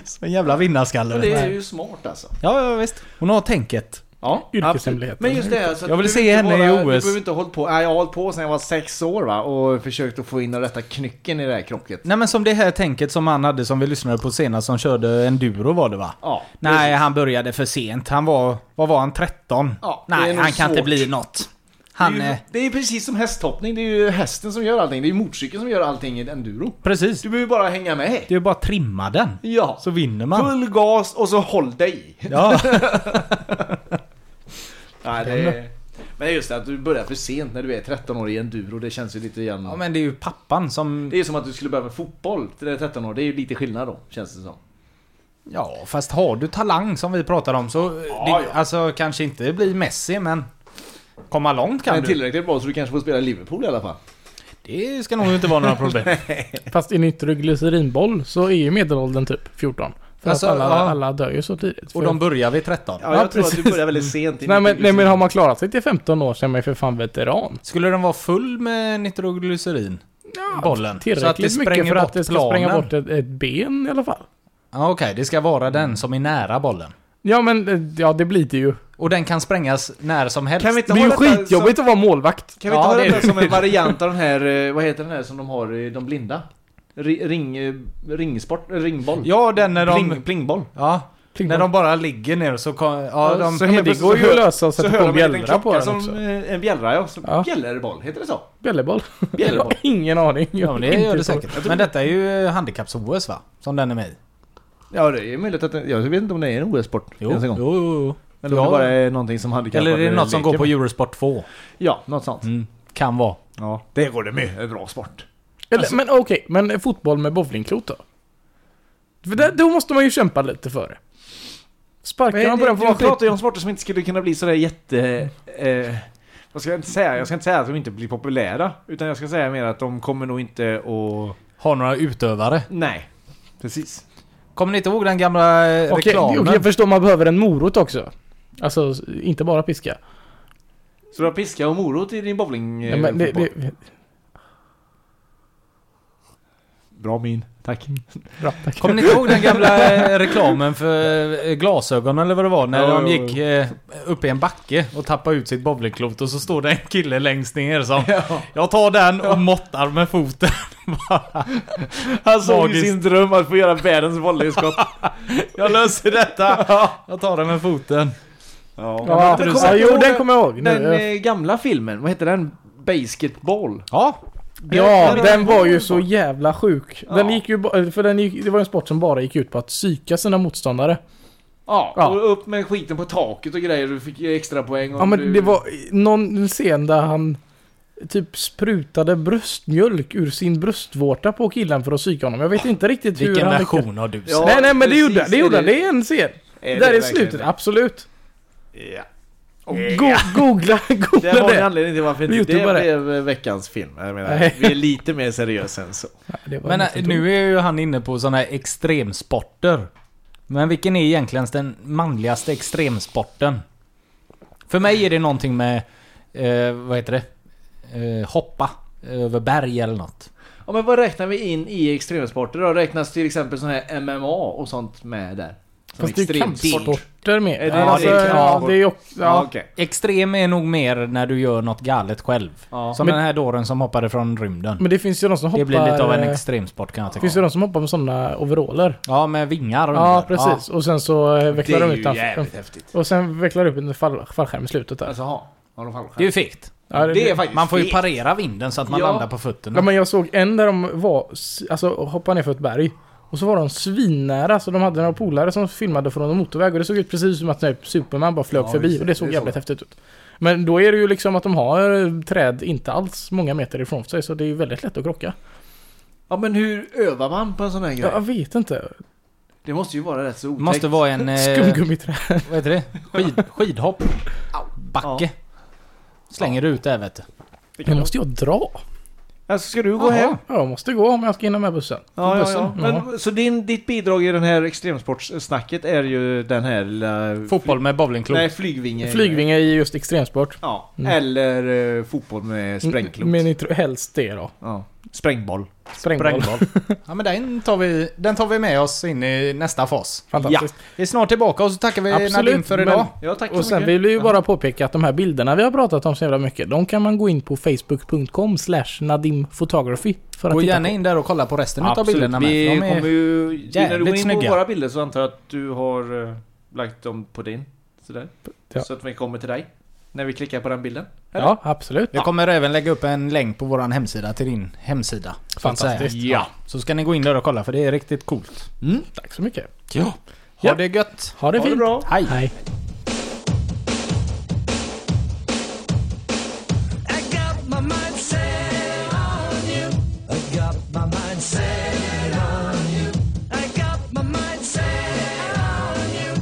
Så en jävla vinnarskalle. Det är Ja, ju smart alltså. ja visst. Hon har tänket. Ja, Yrkeshemligheten. absolut. Men just det, så att Jag vill du se behöver inte henne i vara- OS. Du behöver inte ha hållit på. Nej, jag har hållit på sedan jag var sex år va och försökt att få in den rätta knycken i det här krocket. Nej men som det här tänket som han hade som vi lyssnade på senast som körde enduro var det va? Ja. Nej, han började för sent. Han var, vad var han, 13? Ja, det är Nej, nog han kan inte svårt. bli något. Det är Han... ju- eh, Det är ju precis som hästhoppning, det är ju hästen som gör allting. Det är ju motorcykeln som gör allting i enduro. Precis. Du behöver bara hänga med. Det är ju bara att trimma den. Ja. Så vinner man. Full gas och så håll dig i. Ja. Nej, det är... Men det är just det att du börjar för sent när du är 13 år i enduro, det känns ju lite grann... ja, men det är ju pappan som... Det är ju som att du skulle börja med fotboll till det är 13 år, det är ju lite skillnad då, känns det som. Ja, fast har du talang som vi pratar om så... eh, Ja, det, ja. Alltså kanske inte bli Messi men... Komma långt kan Men du. tillräckligt bra så du kanske får spela i Liverpool i alla fall. Det ska nog inte vara några problem. Fast i nitroglycerinboll så är ju medelåldern typ 14. För Alltså, att alla, ja. alla dör ju så tidigt. Och För- de börjar vid 13. Ja, jag tror att precis. du börjar väldigt sent. i nej, men, nitroglycerin. nej men har man klarat sig till 15 år så är man ju för fan veteran. Skulle den vara full med nitroglycerin? bollen? Så att det Tillräckligt spränger mycket för bort att det ska planen? spränga bort ett, ett ben i alla fall. Ja, Okej, det ska vara den som är nära bollen. Ja men eh, ja, det blir det ju. Och den kan sprängas när som helst. Kan vi inte Det är ju ha detta skitjobbigt att vara målvakt. Kan vi Ja, inte ha det är det det. som en variant av den här, eh, vad heter den här som de har i de blinda? Ri- Ring, eh, ringsport, eh, ringboll? Ja, den när de... Pling, plingboll. Ja, när de bara ligger ner så kom, ja, de, så det går ju att lösa och Så sätta hör på de en liten bjällra på klocka den som också. eh, en bjällra ja, som Ja. bjällerboll, heter det så? Bjällerboll? Jag Bjällerboll. har ingen aning. Jag Ja, men har det inte gör det koll. säkert. Men detta är ju handikapps-OS va? Som den är med i. Ja det är möjligt att det, jag vet inte om det är en OS-sport ens en gång. jo, Eller om Ja. det bara är någonting som handikappade Eller är det något som leker går på med. Eurosport 2? Ja, något sånt. Kan vara. Ja, det går det med. Det är bra sport. Alltså- Eller, men okej, men fotboll med bowlingklot då? För där, då måste man ju kämpa lite för det. Sparkar Men, de på den får man du pratar skit. ju om sporter som inte skulle kunna bli sådär jätte... Eh, vad ska jag inte säga? Jag ska inte säga att de inte blir populära. Utan jag ska säga mer att de kommer nog inte att... Har några utövare. Nej. Precis. Kommer ni inte ihåg den gamla eh, Okej, reklamen? okej, jag förstår man behöver en morot också. Alltså, s- inte bara piska. Så du har piska och morot i din bowling... eh, Ja, men det, fotboll? det, Bra min. Tack. bra, tack. Kommer ni inte ihåg den gamla eh, reklamen för eh, glasögon eller vad det var? När Ja, de ja, gick eh, upp i en backe och tappade ut sitt bowlingklot och så står det en kille längst ner som Jag tar den och måttar med foten. Bara, Han såg ju Magiskt. sin dröm att få göra världens volleyskott. jag löser detta. Jag tar den med foten. ja. Ja, Men ja, kommer jag jo, ihåg den den- kommer jag ihåg. Den Nu, eh, gamla filmen, vad heter den? Basketball. Ja, ja, den- den var ju så jävla sjuk. Den Ja. gick ju ba- för den gick, det var ju en sport som bara gick ut på att psyka sina motståndare. Ja, Ja. och upp med skiten på taket och grejer. Du fick ju extra poäng och Ja men du... det var någon scen där han typ sprutade bröstmjölk ur sin bröstvårta på killen för att psyka honom. Jag vet inte riktigt hur vilken han lyckades. version har du? Ja, nej nej men det gjorde, precis, det gjorde är han. Det är en scen. Är Där det är verkligen slutet, det? absolut. Ja. Go- googla, Det googla var en det. anledning till varför inte det Youtubare. blev eh, veckans film. Jag menar, Nej. vi är lite mer seriösa än så. det var Men eh, nästan nu är ju han inne på sådana här extremsporter. Men vilken är egentligen den manligaste extremsporten? För mig är det någonting med, eh, vad heter det? Eh, hoppa över berg eller något. Ja, men vad räknar vi in i extremsporter då? Räknas till exempel sån här MMA och sånt med där? Som Fast det är ju extremsport. kampsporter med. Är det- Ja, ja, alltså, det är ja, kampsport. det är också... Ja, Ja. okej. Extrem är nog mer när du gör något galet själv. Ja. Som Men- den här dåren som hoppade från rymden. Men det finns ju de som hoppar... det blir lite av en eh, extremsport kan jag finns ju tycka. de som hoppar med sådana overaller. Ja, med vingar och Ja, under. precis. Och sen så eh, Det vecklar de är ut ju den. jävligt häftigt. Och sen vecklar de upp en fall, fallskärm i slutet där. Alltså, ha. Har de fallskärm? Det är ju fegt. Ja, Det är faktiskt Man får ju fegt. parera vinden så att man Ja. landar på fötterna. Ja, men jag såg en där de var, alltså hoppade ner för ett berg. Och så var de svinnära, så de hade några polare som filmade från en motorväg och det såg ut precis som att typ, Superman bara flög Ja, förbi just det. och det såg Det jävligt såg häftigt ut. Men då är det ju liksom att de har eh, träd inte alls många meter ifrån sig så det är ju väldigt lätt att krocka. Ja, men hur övar man på en sån här grej? Jag vet inte. Det måste ju vara rätt så Det otäckt. måste vara en... Eh, Skumgummiträd. vad heter det? Skid, skidhopp. Backe. Slänger du ut där vet du. Nu måste jag dra. Alltså, ska du gå hem? Ja, Jag måste gå om jag ska hinna med bussen. Ja, ja, bussen. ja. Men, så din, ditt bidrag i den här extremsportssnacket är ju den här lilla... Fotboll med bowlingklot. Nej, flygvinge. Flygvinge är ju just extremsport. Ja, Mm. eller eh, fotboll med sprängklot. Men inte helst det då. ja. Sprängboll. Sprängboll. Ja men den tar, vi, den tar vi med oss in i nästa fas. Fantastiskt. Vi är snart tillbaka och så tackar vi Absolut, Nadim för idag. men- Ja, tack så Och sen mycket. vill vi ju bara påpeka att de här bilderna vi har pratat om så jävla mycket, de kan man gå in på facebook.com slash nadimphotography för att Gå titta gärna på. in där och kolla på resten utav Absolut, bilderna med. Vi för de är- kommer ju... När du jävligt går in på snygga. våra bilder så antar jag att du har eh, lagt dem på din. Sådär. Ja. Så att vi kommer till dig. När vi klickar på den bilden. Ja, absolut. Vi kommer även lägga upp en länk på våran hemsida till din hemsida. så att säga. Fantastiskt. Ja. Så ska ni gå in där och kolla för det är riktigt coolt. Tack så mycket. Ha Ja. det gött! Ha det Ha det fint. bra. Hej! Hej. I got my mind set on you. I got my mind set on you. I got my mind set on you.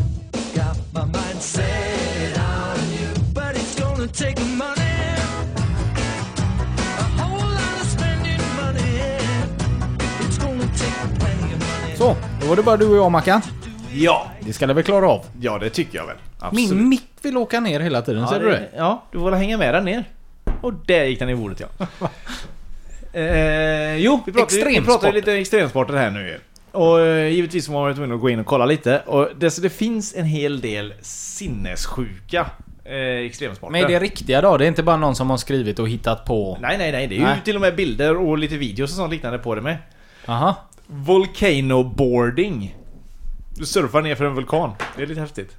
Got my mind set on you. But it's gonna take money. A whole lot of spending money. It's gonna take plenty of money. Så, då var det bara du och jag Mackan. Ja! Det ska vi klara av. Ja, det tycker jag väl. Min mick vill åka ner hela tiden, Ja, ser du det? ja, du får hänga med den ner. Och där gick den i bordet ja. eh, jo, vi pratar, vi Extremsporter. pratar lite extremsporter här nu ju. Och eh, givetvis var man tvungen att gå in och kolla lite. Och det, så det finns en hel del sinnessjuka eh, extremsporter. Men är det riktiga då? Det är inte bara någon som har skrivit och hittat på? Nej, nej, nej. Det är ju Nej. till och med bilder och lite videos och sånt liknande på det med. Aha. Volcano boarding. Du surfar ner för en vulkan. Det är lite häftigt.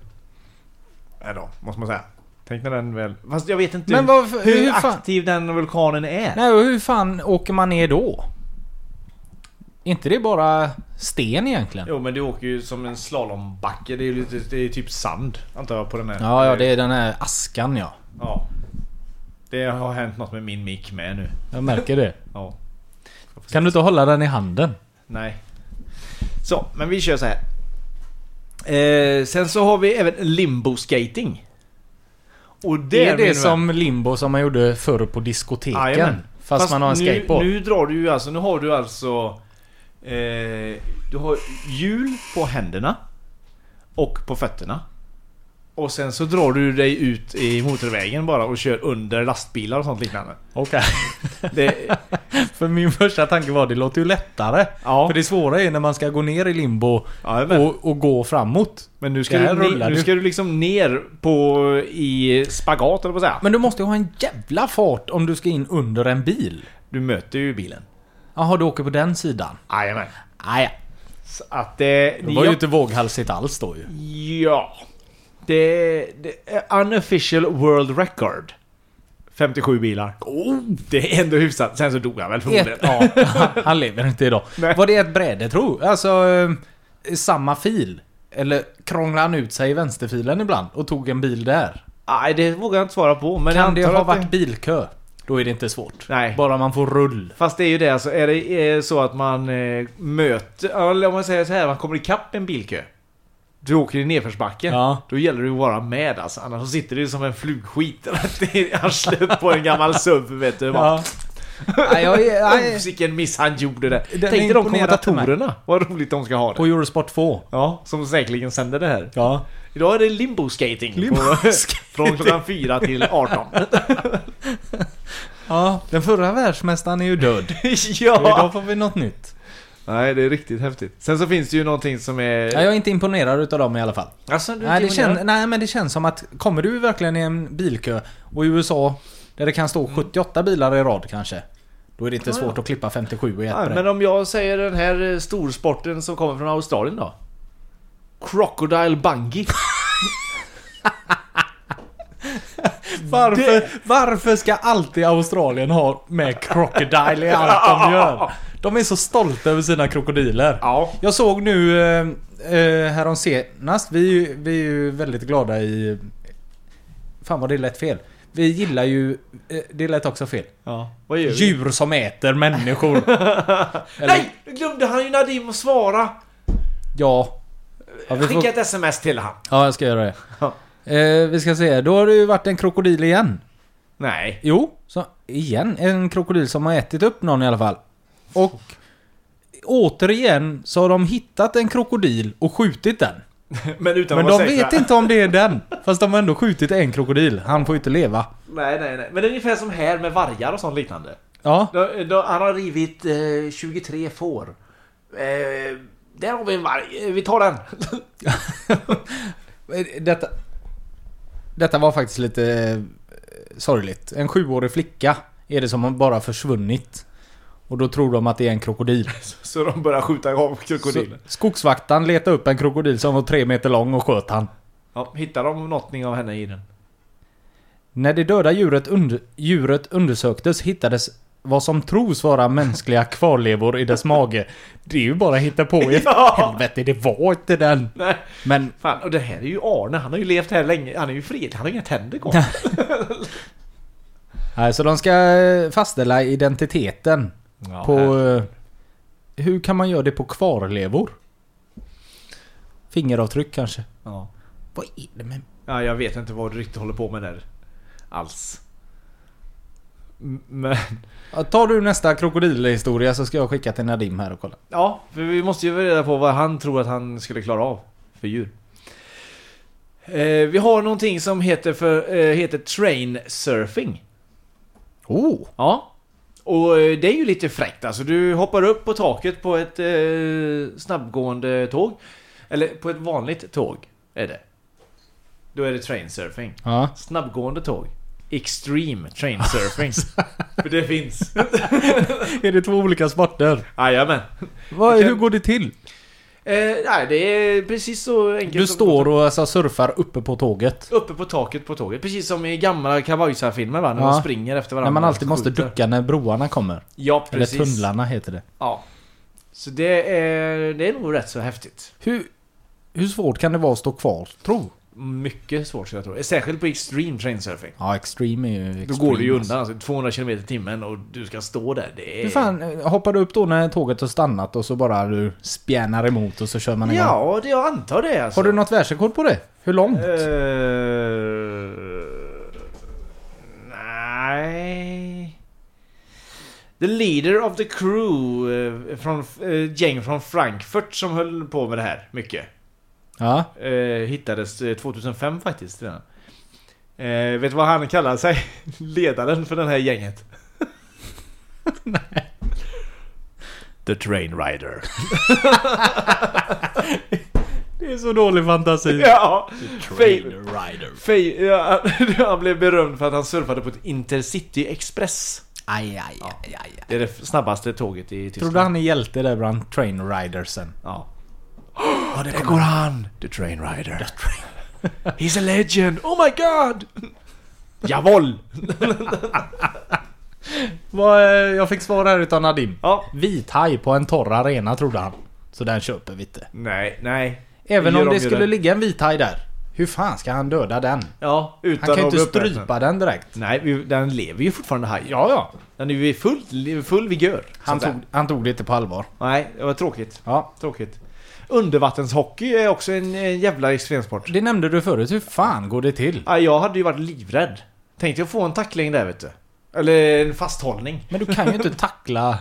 Äh då, måste man säga. Tänk när den väl... Fast jag vet inte Men varför- hur, hur fan- aktiv den vulkanen är. Nej, och hur fan åker man ner då? inte det bara sten egentligen? Jo men du åker ju som en slalombacke. Det är ju lite, det är typ sand antar jag på den här. Ja, ja, det är den här askan ja. Ja. Det har hänt något med min mick med nu. Jag märker det. Ja. Kan du inte hålla den i handen? Nej. Så, men vi kör så här. Eh, sen så har vi även limbo skating. Och Det är min det vän- som limbo som man gjorde förr på diskoteken. Jajamän. Fast, man har en skateboard. Nu, nu drar du ju alltså, nu har du alltså... Eh, du har hjul på händerna. Och på fötterna. Och sen så drar du dig ut i motorvägen bara och kör under lastbilar och sånt liknande. Okej. Det, För min första tanke var det låter ju lättare. Ja. För det svåra är när man ska gå ner i limbo Ja, men- och, och gå framåt. men nu ska, Där du, ne- rullar nu du. ska du liksom ner på i spagat eller på att säga. Men du måste ju ha en jävla fart om du ska in under en bil. Du möter ju bilen. Jaha, du åker på den sidan? Jajamän. Nej, Så att eh, det... det var ju inte våghalsigt alls då ju. Ja. Det, det är unofficial world record. 57 bilar. Oh. Det är ändå hyfsat. Sen så dog han väl förmodligen. Ett, ja, han lever inte idag. Nej. Var det ett bräde tro? Alltså, eh, samma fil? Eller krånglade han ut sig i vänsterfilen ibland och tog en bil där? Nej, det vågar jag inte svara på. Men jag Kan det antar ha att varit bilkö? Då är det inte svårt. Nej. Bara man får rull. Fast det är ju det alltså. Är det är så att man eh, möter... Eller om man säger så här, man kommer ikapp en bilkö. du åker i nedförsbacke, Ja. då gäller det att vara med alltså. Annars så sitter du som en flugskit rätt i arslet på en gammal SUV vet du. Ja. Nej, jag, är- nej. Oh, vilken miss han gjorde där. Den Tänk dig de imponerar till mig. kommentatorerna, vad roligt de ska ha det. På Eurosport 2. Ja, som säkerligen sänder det här. Ja. Idag är det limbo skating. på, från klockan 4 till 18. ja. Den förra världsmästaren är ju död. Så ja! Idag får vi något nytt. Nej, det är riktigt häftigt. Sen så finns det ju någonting som är... Ja, jag är inte imponerad utav dem i alla fall. Alltså, du är Nej, det inte kän, imponerad? nej, men det känns som att kommer du verkligen i en bilkö och i USA där det kan stå Mm. 78 bilar i rad kanske. Då är det inte svårt att klippa 57 i ett Nej, brett. men om jag säger den här eh, storsporten som kommer från Australien då? Crocodile bungee. Varför, varför ska alltid Australien ha med Crocodile i allt de gör? De är så stolta över sina krokodiler. Ja. Jag såg nu eh, eh, härom senast, vi, är ju- vi är ju väldigt glada i... Fan vad det lät fel. Vi gillar ju... Eh, det lät också fel. Ja. Vad gör vi? Djur som äter människor. Eller- Nej! Nu glömde han ju Nadim att svara. Ja. ja vi får, Skicka ett sms till han. ja, jag ska göra det. Eh, vi ska se, då har det ju varit en krokodil igen. Nej. Jo, så igen. En krokodil som har ätit upp någon i alla fall. Och återigen så har de hittat en krokodil och skjutit den. Men utan Men att de vara säkra. vet inte om det är den. Fast de har ändå skjutit en krokodil. Han får ju inte leva. Nej, nej, nej. Men det är ungefär som här med vargar och sånt liknande. Ja, Då, då, han har rivit eh, 23 får. Eh, där har vi en varg. Eh, Vi tar den. Eh, detta... Detta var faktiskt lite eh, sorgligt. En sjuårig flicka är det som har bara försvunnit. Och då tror de att det är en krokodil. Så de börjar skjuta av Så krokodilen. skogsvaktaren letade upp en krokodil som var tre meter lång och sköt han. Ja, hittar de någonting av henne i den? När det döda djuret, und djuret undersöktes hittades vad som tros vara mänskliga kvarlevor i dess mage. Det är ju bara hittepå. Ja. Ja. Helvete, det var inte den. Nej. Men Fan, och det här är ju Arne. Han har ju levt här länge. Han är ju fred. Han har inga tänder kvar. Nej, så de ska eh, fastställa identiteten Ja, på... här. eh, Hur kan man göra det på kvarlevor? Fingeravtryck kanske? Ja. Vad är det med... ja, jag vet inte vad du riktigt håller på med där. Alls. M- Men... Ja, Tar du nästa krokodilhistoria så ska jag skicka till Nadim här och kolla. Ja, för vi måste ju reda på vad han tror att han skulle klara av för djur. Eh, vi har någonting som heter, för, eh, heter train surfing. Oh! Ja. Och eh, det är ju lite fräckt alltså. Du hoppar upp på taket på ett eh, snabbgående tåg. Eller på ett vanligt tåg är det. Då är det train surfing. Ja. Snabbgående tåg. Extreme train surfing. för det finns. Är det två olika sporter? Jajamän. Vad, Okej. Hur går det till? Eh, nej, det är precis så enkelt Du som- står och alltså surfar uppe på tåget. Uppe på taket på tåget, precis som i gamla Kawaiisar-filmer va? När Ja. de springer efter varandra. När man och alltid måste skjuter. ducka när broarna kommer. Ja, Eller precis. tunnlarna heter det. Ja. Så det är, det är nog rätt så häftigt. Hur, hur svårt kan det vara att stå kvar? Tro? Mycket svårt skulle jag tro. Särskilt på extreme trainsurfing. Ja, extreme är ju extreme. Då går du ju alltså. undan alltså, 200 km i timmen och du ska stå där. Det är... Hur fan eh, hoppar du upp då när tåget har stannat och så bara du spjärnar emot och så kör man igång? Ja, det, jag antar det alltså. Har du något världsrekord på det? Hur långt? Eh, nej. The leader of the crew eh, från eh, gäng från Frankfurt som höll på med det här mycket. Ja. Eh, hittades eh, 2005 faktiskt redan. Eh, vet du vad han kallar sig? Ledaren för det här gänget. The Train Rider. Det är så dålig fantasi. ja. Train Rider. Fej, ja, han blev berömd för att han surfade på ett Intercity Express. Aj, aj, aj, aj. Det är det snabbaste tåget i Tyskland. Tror du han är hjälte där bland trainridersen? Ja. Oh, där går han! The Train Rider. He's a legend! Oh my god! Jawoll! Vad, eh, Jag fick svar här utan Nadim. Ja. Vithaj på en torr arena trodde han. Så den köper vi inte. Nej, nej. Även Gör om de det ju skulle det. ligga en vithaj där. Hur fan ska han döda den? Ja, utan Han kan ju att inte bli uppäten. strypa den direkt. Nej, vi- den lever ju fortfarande hajen. Ja, ja. Den är ju i full, full vigör. Han Sånt där. tog, han tog det inte på allvar. Nej, det var tråkigt. Ja. Tråkigt. Undervattenshockey är också en, en jävla extremsport. Det nämnde du förut. Hur fan går det till? Ja, jag hade ju varit livrädd. Tänkte jag få en tackling där vet du. Eller en fasthållning. Men du kan ju inte tackla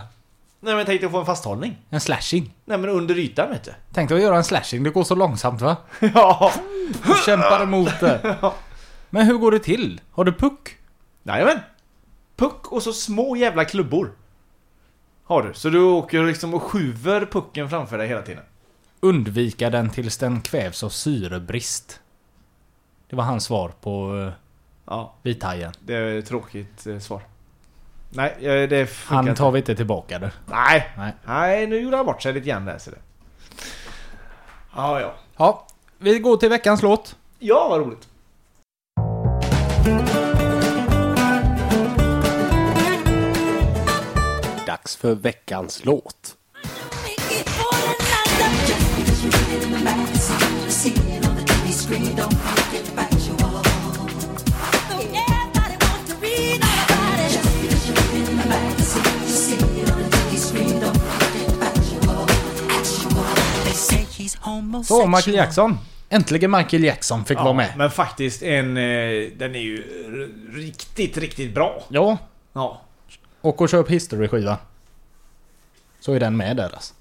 Nej men tänkte jag få en fasthållning. en slashing. Nej men under ytan vet du. Tänk dig att göra en slashing. Det går så långsamt va? Ja. Du kämpar emot det. Men hur går det till? Har du puck? Jajamän. Puck och så små jävla klubbor. Har du. Så du åker liksom och skjuver pucken framför dig hela tiden. Undvika den tills den kvävs av syrebrist. Det var hans svar på uh, Ja, vithajen. det är ett tråkigt eh, svar. Nej, eh, det funkar Han inte. tar vi inte tillbaka det. Nej. Nej. Nej, nu gjorde han bort sig lite grann där. Så det. Ja, ja. Ja, vi går till veckans låt. Ja, vad roligt. Dags för veckans låt. Så, Michael Jackson. Äntligen Michael Jackson fick vara med. Men faktiskt en... eh, Den är ju r- riktigt, riktigt bra. Ja, Ja. och att köpa history-skiva. Så är den med där alltså.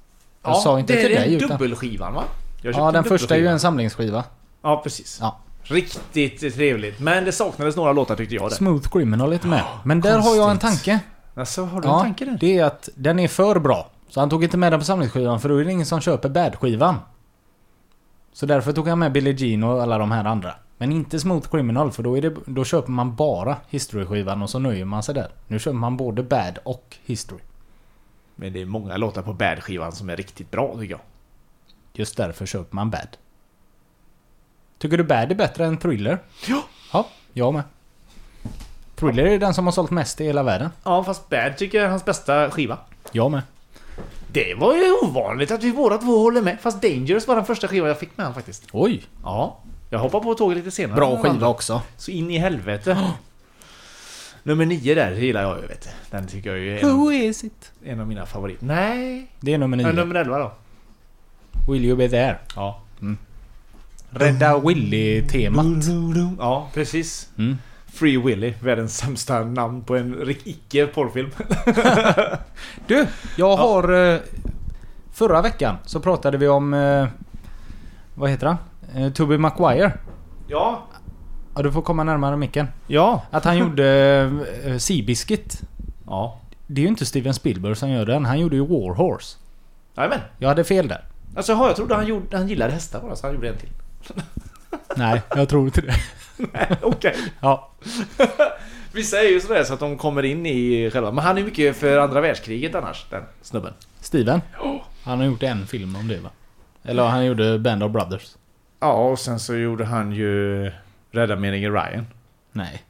Jag ja, sa inte det till är dig den utan... dubbelskivan va? Jag köpte Ja, en den första är ju dubbelskiva. en samlingsskiva. Ja, precis. Ja. Riktigt trevligt. Men det saknades några låtar tyckte jag. Där. Smooth Criminal är inte med. Men där Ah, har jag en tanke. Alltså, har du en Ja, tanke där? det är att den är för bra. Så han tog inte med den på samlingsskivan för då är det ingen som köper Bad-skivan. Så därför tog han med Billie Jean och alla de här andra. Men inte Smooth Criminal för då, är det, då köper man bara History-skivan och så nöjer man sig där. Nu köper man både Bad och History. Men det är många låtar på Bad-skivan som är riktigt bra tycker jag. Just därför köper man Bad. Tycker du Bad är bättre än Thriller? Ja. Ja, jag med. Thriller är den som har sålt mest i hela världen. Ja, fast Bad tycker jag är hans bästa skiva. Jag med. Det var ju ovanligt att vi båda två håller med. Fast Dangerous var den första skivan jag fick med han faktiskt. Oj! Ja. Jag hoppar på tåget lite senare. Bra skiva också. Så in i helvete. Nummer nio där gillar jag ju vet du. Den tycker jag ju är en, Who is it? en av mina favoriter. Nej. Det är nummer Ja, nio. nummer elva då. Will you be there? Ja. Rädda Willy-temat. Ja, precis. Mm. Free Willy, världens sämsta namn på en rik- icke-porrfilm. Du, jag har... eh, Förra veckan så pratade vi om... eh, Vad heter han? Eh, Tobey Maguire. ja. Ja, du får komma närmare micken. Ja. Att han gjorde eh, Seabiscuit. Ja. Det är ju inte Steven Spielberg som gör den. Han gjorde ju Warhorse. Jajamän. Jag hade fel där. Alltså jaha, jag trodde han, gjorde, han gillade hästar bara så han gjorde en till. Nej, jag tror inte det. Okej. Ja. Vissa är ju sådär så att de kommer in i själva... Men han är mycket för andra världskriget annars, den snubben. Steven. Han har gjort en film om det va? Eller han gjorde Band of Brothers. Ja, och sen så gjorde han ju Rädda meningen Ryan. Nej.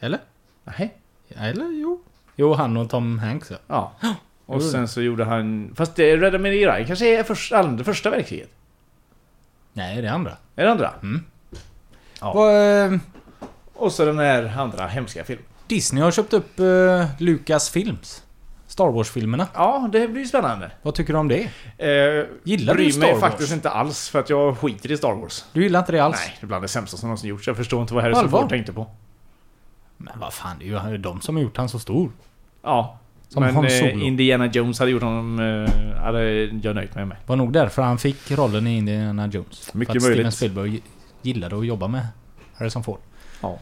Eller? Nej. Eller jo. Jo, han och Tom Hanks ja. Ja. Och gjorde sen så gjorde han... Fast det, Rädda meningen Ryan kanske är först, andra, första världskriget? Nej, det är andra. Är det Mm. andra? Ja. Vad, eh, Och så den här andra hemska filmen. Disney har köpt upp eh, Lucas Films. Star Wars-filmerna. Ja, det blir ju spännande. Vad tycker du om det? Eh, Gillar bryr du Star mig Wars? faktiskt inte alls för att jag skiter i Star Wars. Du gillar inte det alls? Nej, det är bland det sämsta som någonsin gjorts. Jag förstår inte vad Harrison Allvar? Ford tänkte på. Men vad fan, det är ju han- de som har gjort han så stor. Ja. Som men Han eh, Solo. Indiana Jones hade gjort honom... Eh, hade jag nöjt mig med. var nog därför han fick rollen i Indiana Jones. Mycket för att Steven möjligt. Spielberg gi- gillade att jobba med Harrison Ford. Ja.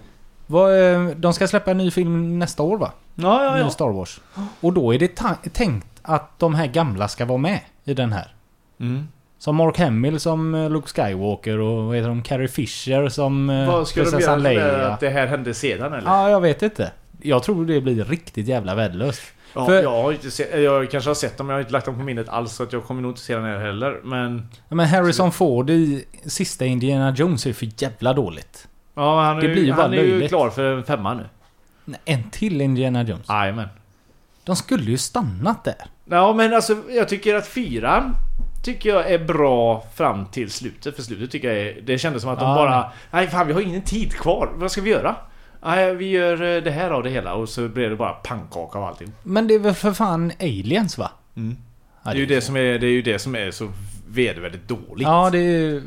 Vad, eh, de ska släppa en ny film nästa år va? Ja, ja, Ny ja. Star Wars. Och då är det ta- tänkt att de här gamla ska vara med i den här. Mm. Som Mark Hamill som eh, Luke Skywalker och vad heter de? Carrie Fisher som eh, Vad ska de göra för prinsessan Leia. att det här hände sedan eller? Ja, jag vet inte. Jag tror det blir riktigt jävla värdelöst. Ja, för- jag, har inte sett, jag kanske har sett dem, men jag har inte lagt dem på minnet alls så att jag kommer nog inte se den här heller. Men... Men Harrison Ford i sista Indiana Jones är för jävla dåligt. Ja, han är, Det ju- blir ju bara han är ju löjligt. klar för en femma nu. Nej, En till Indiana Jones. Jajamän. De skulle ju stannat där. Ja men alltså jag tycker att fyran Tycker jag är bra fram till slutet för slutet tycker jag är, Det kändes som att de Ja. bara Nej fan vi har ingen tid kvar, vad ska vi göra? Nej vi gör eh, det här av det hela och så blir det bara pannkaka av allting Men det är väl för fan aliens va? Mm. Det är ju det som är, det är, ju det som är så vedervärdigt dåligt. Ja, det,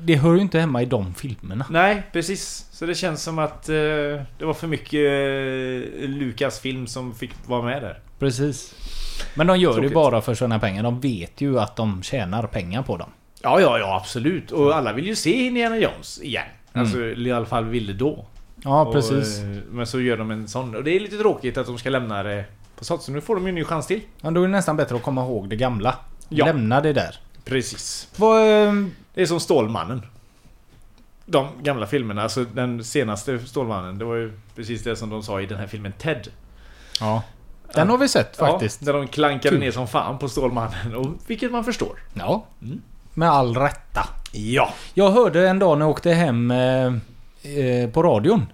det hör ju inte hemma i de filmerna. Nej, precis. Så det känns som att eh, det var för mycket eh, Lukas film som fick vara med där. Precis. Men de gör Tråkigt. det bara för sina pengar. De vet ju att de tjänar pengar på dem. Ja, ja, ja, absolut. Och alla vill ju se Indiana Jones igen. Mm. Alltså, i alla fall ville då. Ja, Och, precis. eh, Men så gör de en sån. Och det är lite tråkigt att de ska lämna det på sånt. Så nu får de ju en ny chans till. Ja, då är det nästan bättre att komma ihåg det gamla. Ja. Lämna det där. Precis. Vad... eh, Det är som Stålmannen. De gamla filmerna, alltså den senaste Stålmannen, det var ju precis det som de sa i den här filmen Ted. Ja. Den har vi sett faktiskt. Ja, där de klankade Kul. ner som fan på Stålmannen, och, vilket man förstår. Ja. Med all rätta. Ja! Jag hörde en dag när jag åkte hem eh, eh, på radion.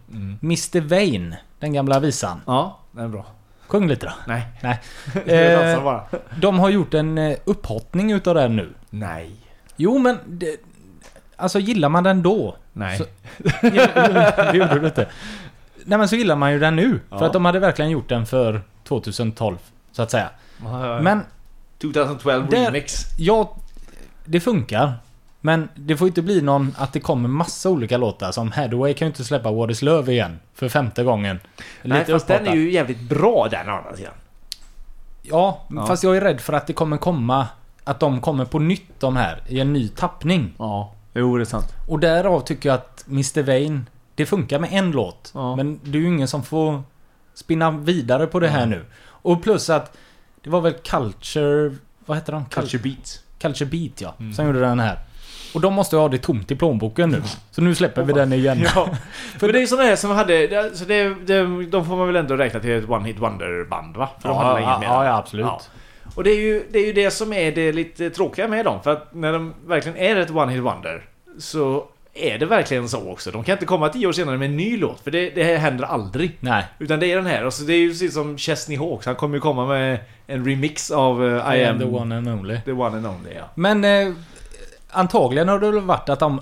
Mr Vain, den gamla visan. Ja, den är bra. Sjung lite då. Nej. Nej. Jag dansar Eh, bara. de har gjort en eh, upphottning utav den nu. Nej. Jo men... Det, alltså gillar man den då? Nej. Så, det gjorde du inte. Nej men så gillar man ju den nu. Ja. För att de hade verkligen gjort den för 2012. Så att säga. Men... Men 2012 Där- remix. Ja, det funkar. Men det får inte bli någon att det kommer massa olika låtar. Som Hathaway kan ju inte släppa What is Love igen. För femte gången. Nej, Lite fast den upphottad. är ju jävligt bra den å andra sidan. Ja, Ja. fast jag är rädd för att det kommer komma... Att de kommer på nytt de här. I en ny tappning. Ja, jo det är sant. Och därav tycker jag att Mr. Vain, det funkar med en låt. Ja. Men det är ju ingen som får spinna vidare på det här nu. Och plus att det var väl Culture... Vad heter de? Cul- Culture Mm. Beat. Culture Beat ja, som gjorde den här. Och de måste ju ha det tomt i plånboken nu. Så nu släpper vi den igen. Ja. För det är ju sådana här som hade... det- Så det, det, de får man väl ändå räkna till ett One Hit Wonder band va? För de hade inget ja, mer. ja, ja, absolut. Ja. Och det är, ju, det är ju det som är det lite tråkiga med dem. För att när de verkligen är ett One Hit Wonder så är det verkligen så också. De kan inte komma tio år senare med en ny låt. För det, det här händer aldrig. Nej. Utan det är den här. Och så det är ju precis som Chesney Hawks. Han kommer ju komma med en remix av eh, I, am, the one and only. the one and only. Ja. Men eh, antagligen har det väl varit att de...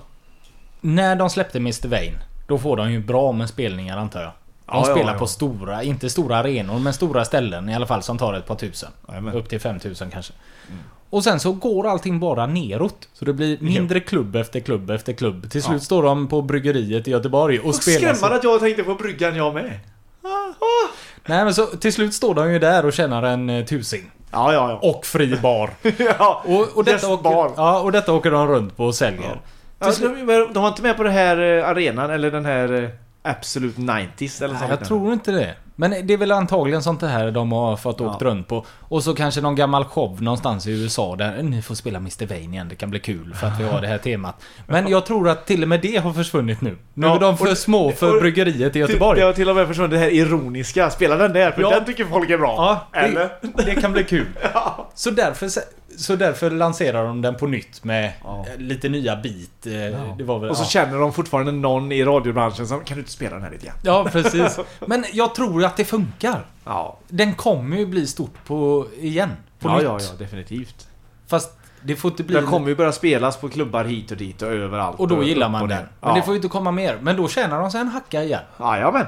När de släppte Mr. Vain, då får de ju bra med spelningar antar jag. De Ja, ja, spelar ja. på stora, inte stora arenor, men stora ställen i alla fall som tar ett par tusen. Jajamän. Upp till 5000 kanske. Mm. Och sen så går allting bara neråt. Så det blir mindre klubb efter klubb efter klubb. Till slut står de på bryggeriet i Göteborg och, Och spelar... sig- skrämmande att jag tänkte på bryggan jag med. Ah, Nej men så till slut står de ju där och tjänar en eh, tusing. Ja, ja, ja. Och fri bar. ja. Och, och, detta, Just bar. åker, ja, och detta åker de runt på och säljer. Ja, de, men de var inte med på den här eh, arenan eller den här eh, Absolute 90s eller Nej, sånt. jag tror inte det. Men det är väl antagligen sånt det här de har fått åkt runt på. Och så kanske någon gammal show någonstans i USA där ni får spela Mr. Vain igen, det kan bli kul för att vi har det här temat. Men jag tror att till och med det har försvunnit nu. Nu Ja, är de för och- små för och- bryggeriet i Det Göteborg. har till och med försvunnit det här ironiska. Spela den där för Ja. den tycker folk är bra. Ja, eller? det, det kan bli kul. Så därför, så därför lanserar de den på nytt med eh, lite nya bit. eh, Det var väl, Och så ja. känner de fortfarande någon i radiobranschen som kan du inte spela den här lite grann? ja, precis. Men jag tror att det funkar. Ja. Den kommer ju bli stort på igen. På Ja, nytt. ja, ja, definitivt. Fast det får inte bli... Den kommer ju börja spelas på klubbar hit och dit och överallt. Och då gillar man upp och den. ner. Men ja. det får ju inte komma mer. Men då tjänar de sig en hacka igen. Jajamän.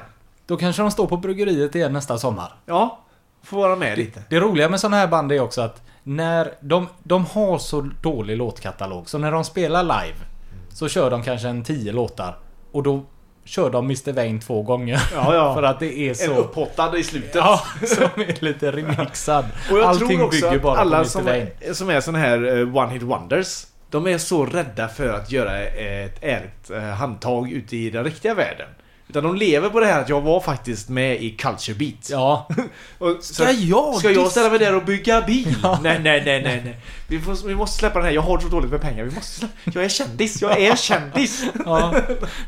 Då kanske de står på bryggeriet igen nästa sommar. Ja. Får vara med lite. Det roliga med sådana här band är också att när de, de har så dålig låtkatalog, så när de spelar live så kör de kanske en tio låtar. Och då kör de Mr. Vain två gånger. Ja, ja. För att det är En så... upphottad i slutet. Ja, som är lite remixad. Och jag Allting tror också bygger att bara alla på Mr. som, Vain. är, som är såna här eh, one hit wonders. De är så rädda för att göra ett ärligt eh, handtag ute i den riktiga världen. Utan de lever på det här att jag var faktiskt med i Culture Beat. Ja, Och, så, Ska jag Ska jag dis- ställa mig där och bygga bil? Nej, nej, nej, nej, nej. Vi, får, vi måste släppa den här. Jag har så dåligt med pengar. Vi måste släppa. Jag är kändis. Jag är kändis. ja.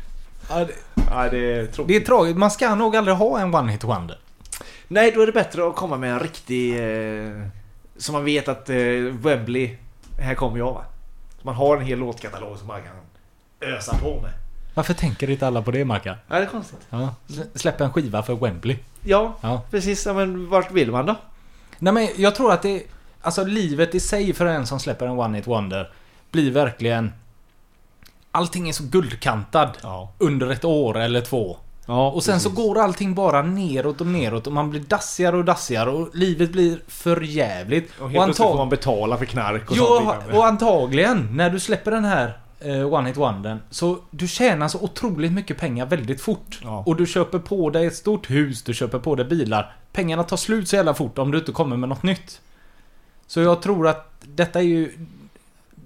ja det, Nej, det är tråkigt. det är tragiskt. Man ska nog aldrig ha en one-hit wonder. Nej, då är det bättre att komma med en riktig... Eh, som man vet att eh, Wembley, här kommer jag va. Så man har en hel låtkatalog som man kan ösa på med. Varför tänker inte alla på det Mackan? Ja, det är konstigt. Ja. S- Släpp en skiva för Wembley. Ja, Ja. precis. Ja, men vart vill man då? Nej men jag tror att det... Alltså livet i sig för en som släpper en One Hit Wonder blir verkligen... Allting är så guldkantad under ett år eller två. och sen så går allting bara neråt och neråt och man blir dassigare och dassigare och livet blir för jävligt. Och helt plötsligt får man betala för knark och Jo, sånt. och antagligen när du släpper den här eh, One Hit Wondern så du tjänar så otroligt mycket pengar väldigt fort. Och du köper på dig ett stort hus, du köper på dig bilar. Pengarna tar slut så jävla fort om du inte kommer med något nytt. Så jag tror att detta är ju...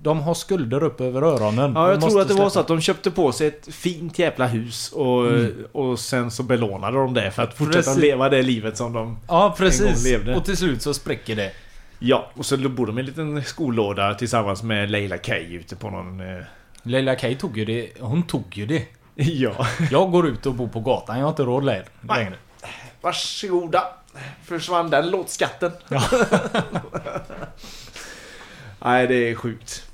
De har skulder upp över öronen. Ja, jag De tror måste att det var så släppa. att de köpte på sig ett fint jävla hus och, Mm. och sen så belånade de det för att fortsätta Precis. leva det livet som de Ja, en gång precis. levde. Och till slut så spräcker det. Ja, och så bor de i en liten skolåda tillsammans med Leila K ute på någon... eh, Leila Kay tog ju det. Hon tog ju det. Ja. Jag går ut och bor på gatan. Jag har inte råd längre. Nej. Varsågoda. Försvann den låtskatten. Nej, det är sjukt.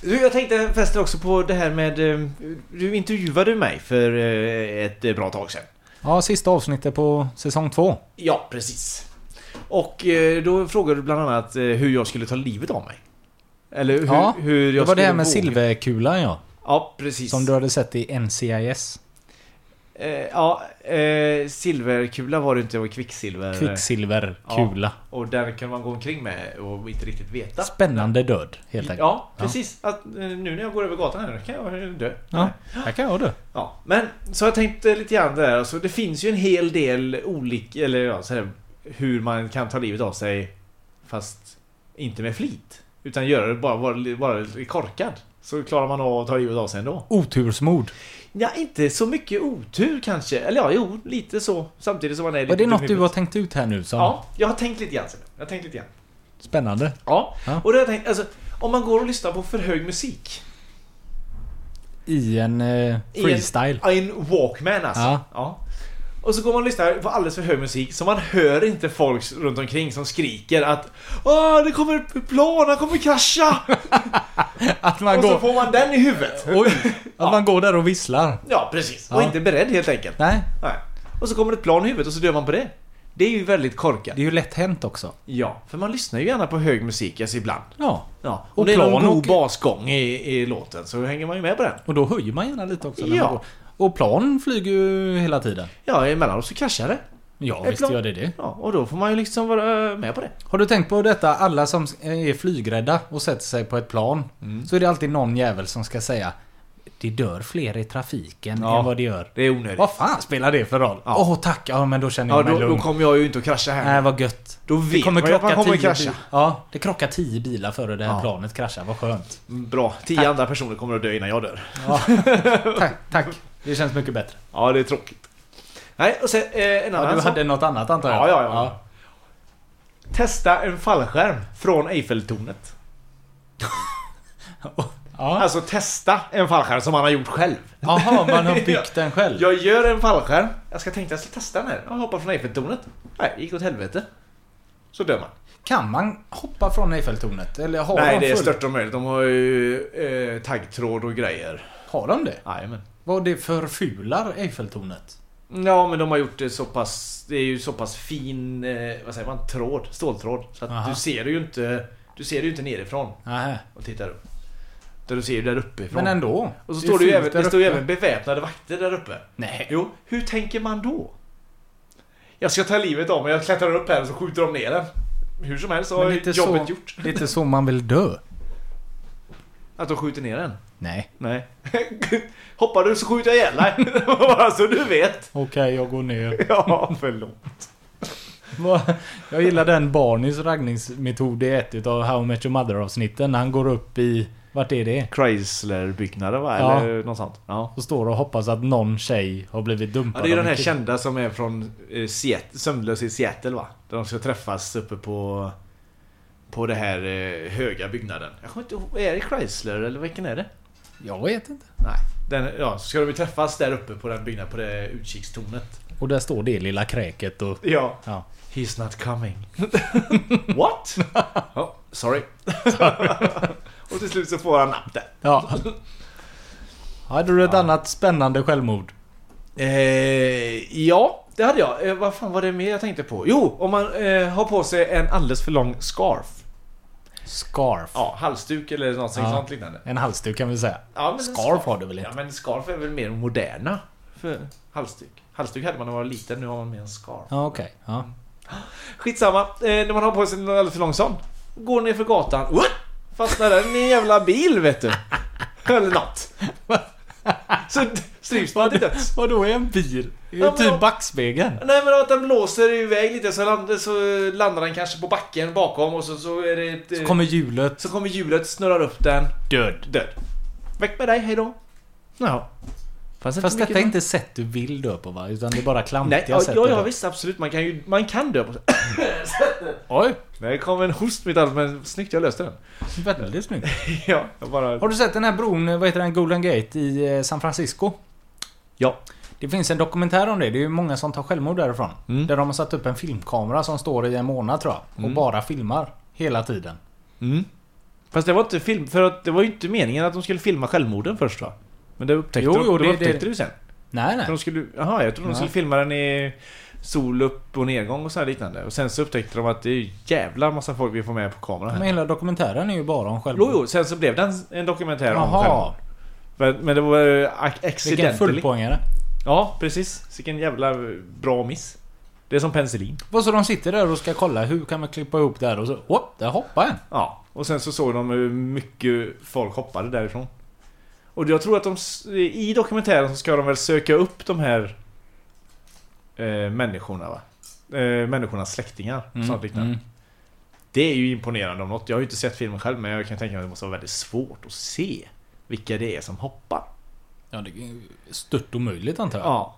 Du, jag tänkte fäster också på det här med... eh, Du intervjuade mig för eh, ett eh, bra tag sedan. Ja, sista avsnittet på säsong två. Ja, precis. Och eh, då frågade du bland annat eh, hur jag skulle ta livet av mig. Eller hur, ja, hur jag det var det skulle här med våga- silverkulan ja. Ja, precis. Som du hade sett i NCIS. Eh, ja, eh, silverkula var det inte, det var kvicksilver. Kvicksilverkula. Ja, och den kan man gå omkring med och inte riktigt veta. Spännande död, helt enkelt. Ja, precis. Att, eh, nu när jag går över gatan här kan jag dö. Ja, här kan jag dö. Ja, men så har jag tänkt eh, lite grann där. Alltså, det finns ju en hel del olika, eller ja, så här, hur man kan ta livet av sig fast inte med flit. Utan göra det bara, bara, bara lite korkad. Så klarar man av att ta livet av sig ändå. Otursmord. Ja, inte så mycket otur kanske. Eller ja, jo, lite så. Samtidigt som man är lite Var det dum i något du huvudet. har tänkt ut här nu som... Ja, jag har tänkt lite grann. Sen. Jag har tänkt lite grann. Spännande. Ja. Ja. Och då har jag tänkt, alltså, om man går och lyssnar på för hög musik. I en eh, I freestyle. En, i en Walkman alltså. Ja. Ja. Och så går man och lyssnar på alldeles för hög musik så man hör inte folk runt omkring som skriker att Åh, det kommer ett plan, han kommer krascha! Att man och så går... får man den i huvudet. Oj! Att man går där och visslar. Ja, precis. Ja. Och inte beredd helt enkelt. Nej, Nej. Och så kommer det ett plan i huvudet och så dör man på det. Det är ju väldigt korkat. det är ju lätt hänt också. Ja, för man lyssnar ju gärna på hög musik alltså ibland. Ja. Ja. Och Och det är någon plan god åker- basgång i, i låten så hänger man ju med på den. Och då höjer man gärna lite också när Ja. man går. Och plan flyger ju hela tiden. Ja, emellanåt så kraschar det. Ja, Ett visst plan. gör det det. Ja, och då får man ju liksom vara eh, med på det. Har du tänkt på detta? Alla som är flygrädda och sätter sig på ett plan. Mm. Så är det alltid någon jävel som ska säga Det dör fler i trafiken Ja. än vad det gör. Det är onödigt. Vad fan spelar det för roll? Åh Ja. tack, ja men då känner Ja, jag mig då, då lugn. kommer jag ju inte att krascha här. Nej vad gött. Då Det vet kommer man ju att man krocka kommer tio krascha. bil- Ja, det krockar tio bilar före det här Ja. planet kraschar. Vad skönt. Bra, tio andra personer kommer att dö innan jag dör. Tack, tack. Det känns mycket bättre. Ja, det är tråkigt. Nej, och sen eh, en Ja, annan du sak. hade något annat antar jag? Ja, ja, ja. Testa en fallskärm från Eiffeltornet. Ja. Alltså testa en fallskärm som man har gjort själv. Jaha, man har byggt den själv. Jag gör en fallskärm. Jag ska tänkte jag skulle testa den här. Jag hoppar från Eiffeltornet. Nej, gick åt helvete. Så dör man. Kan man hoppa från Eiffeltornet? Eller har Nej, de det är full- stört omöjligt. De har ju eh, taggtråd och grejer. Har de det? Jajamän. Vad det förfular Eiffeltornet? Ja, men de har gjort det så pass... Det är ju så pass fin... Eh, vad säger man? Tråd. Ståltråd. Så att Aha. du ser det ju inte... Du ser det ju inte nerifrån Nej. och tittar upp. Utan du ser ju där uppifrån. Men ändå. och så står det, ju fult även, där det står ju uppe. även beväpnade vakter där uppe. Nej. Jo, hur tänker man då? Jag ska ta livet av mig, jag klättrar upp här och så skjuter de ner den. Hur som helst så har Men ju lite jobbet så, gjort. lite så man vill dö. Att de skjuter ner den. Nej. Nej. Hoppar du så skjuter jag ihjäl dig. Bara så du vet. Okej, jag går ner. Ja, förlåt. Va? jag gillar den Barneys raggningsmetod i ett utav How I Met Your Mother avsnitten. Han går upp i... Vart är det? Chrysler-byggnader va? Ja. Eller något sånt. Ja. Och står och hoppas att någon tjej har blivit dumpad Ja, det är av den en här kille. kända som är från eh, Seattle, Sömnlös i Seattle va? Där de ska träffas uppe på... På det här eh, höga byggnaden. Jag kommer inte ihåg, är det Chrysler eller vilken är det? Jag vet inte. Nej. Den, ja, så ska de ju träffas där uppe på den byggnaden, på det utkikstornet. Och där står det lilla kräket och... Ja. Ja. He's not coming. What? Oh, sorry. Och till slut så får han napp där. Ja. Hade du ett annat spännande självmord? Eh, ja, det hade jag. Eh, vad fan var det mer jag tänkte på? Jo, om man eh, har på sig en alldeles för lång scarf. Scarf. Ja, halsduk eller något sånt liknande. En halsduk kan vi säga. Ja, men en Scarf har du väl Ja, inte? men scarf är väl mer moderna. För för halsduk. Halsduk hade man när man var liten, nu har man med en scarf. Ja, okej. Ja. Skitsamma, eh, när man har på sig en alldeles för lång sån. Går ner för gatan, What? fastnar den i en jävla bil vet du. Eller något. Så stryps man till döds. Vadå är en bil? Ja, men då- typ backspegeln? Nej men att den blåser iväg lite så, land, så landar den kanske på backen bakom och så, så är det... Ett, Kommer hjulet? så kommer hjulet, snurrar upp den. Död. Död. Väck med dig, hejdå. Ja. Fast, Fast detta är inte sätt du vill dö på va? Utan det är bara klantiga Nej, ja, sätt ja, att ja dö. visst absolut. Man kan ju man kan dö på Oj, Nej, det kom en host mitt allt men snyggt jag löste den. väldigt snyggt. ja, jag bara... Har du sett den här bron, vad heter den, Golden Gate i eh, San Francisco? Ja. Det finns en dokumentär om det. Det är ju många som tar självmord därifrån. Mm. Där de har satt upp en filmkamera som står i en månad tror jag. Och bara filmar. Hela tiden. Fast det var inte film, för att det var ju inte meningen att de skulle filma självmorden först va? Men det upptäckte Jo, de, jo, de det- upptäckte det- det ju sen. Nej, För nej. de skulle, aha, jag trodde de skulle filma den i sol upp och nedgång och så här liknande. Och sen så upptäckte de att det är ju jävla massa folk vi får med på kameran Men här. hela dokumentären är ju bara om självmord. Jo, jo, sen så blev den en dokumentär om Jaha. självmord. Men, men det var ju ac- Vilken accidentally. fullpoängare. Ja, precis. Vilken jävla bra miss. Det är som penicillin. Vad så de sitter där och ska kolla hur kan man klippa ihop det här och så... Hopp, där hoppar en. Ja, och sen så såg de hur mycket folk hoppade därifrån. Och jag tror att de, s- i dokumentären så ska de väl söka upp de här eh, människorna va? Eh, människornas släktingar och sånt liknande. mm. Det är ju imponerande om något. Jag har ju inte sett filmen själv men jag kan tänka mig att det måste vara väldigt svårt att se vilka det är som hoppar. Ja, det är stört omöjligt antar jag. Ja.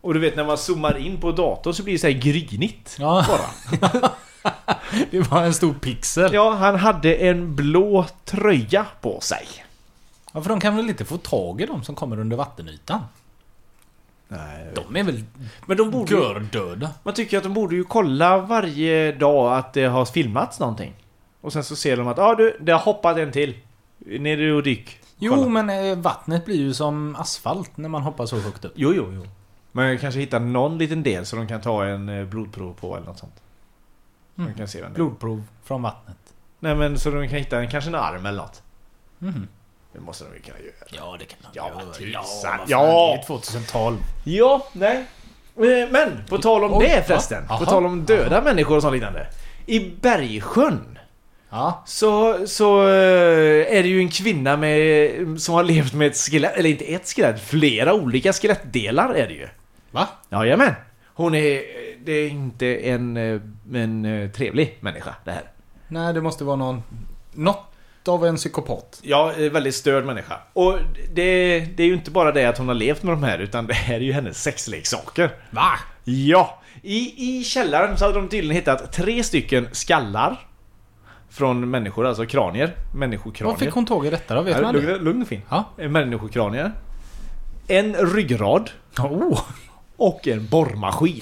Och du vet när man zoomar in på datorn så blir det så här grynigt. Ja. det var en stor pixel. Ja. Ja, han hade en blå tröja på sig. för de kan väl inte få tag i dem som kommer under vattenytan? Nej. De är väl Men de borde ju- gördöda? Man tycker ju att de borde ju kolla varje dag att det har filmats någonting. Och sen så ser de att ja ah, du, det har hoppat en till. Ner och dyk. Jo, Kolla. men eh, vattnet blir ju som asfalt när man hoppar så högt upp. Jo, jo, jo. Men kanske hitta någon liten del så de kan ta en eh, blodprov på eller något sånt. Så Mm. de kan se vem det är. Blodprov från vattnet. Nej men så de kan hitta en, kanske en arm eller något. Mhm. Det måste de ju kunna göra. Ja, det kan man Ja, göra. tusan. vad fan, Ja. Det är 2012. Ja, nej. Eh, Men på tal om Oj, det förresten. ja. På Aha. tal om döda människor och sånt liknande. I Bergsjön Ja. Så, så eh, är det ju en kvinna med, som har levt med ett skelett, eller inte ett skelett, flera olika skelettdelar är det ju. Va? Jajamän. Hon är, det är inte en, eh, en eh, trevlig människa det här. Nej, det måste vara någon... Något av en psykopat. Ja, eh, väldigt störd människa. Och det, det är ju inte bara det att hon har levt med de här utan det här är ju hennes sexleksaker. Va? Ja, i, i källaren så hade de tydligen hittat tre stycken skallar. Från människor, alltså kranier. Människokranier. Vad fick hon tag i detta då? Vet Ja, man det? lugn, lugn och fin. Ja. En människokranie. En ryggrad. Oh. Och en borrmaskin.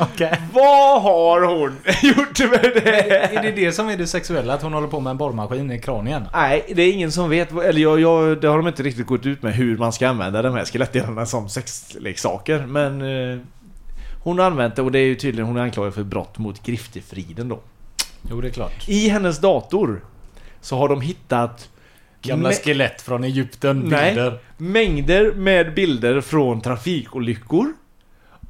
Okej. Vad har hon gjort med det? Är det det som är det sexuella? Att hon håller på med en borrmaskin i kranien? Nej, det är ingen som vet. Eller jag, jag, det har de inte riktigt gått ut med hur man ska använda de här skelettdelarna som sexleksaker. Men eh, hon har använt det och det är ju tydligen hon är anklagad för brott mot griftefriden då. Jo, det är klart. I hennes dator så har de hittat Gamla mä- skelett från Egypten, bilder. Nej, mängder med bilder från trafikolyckor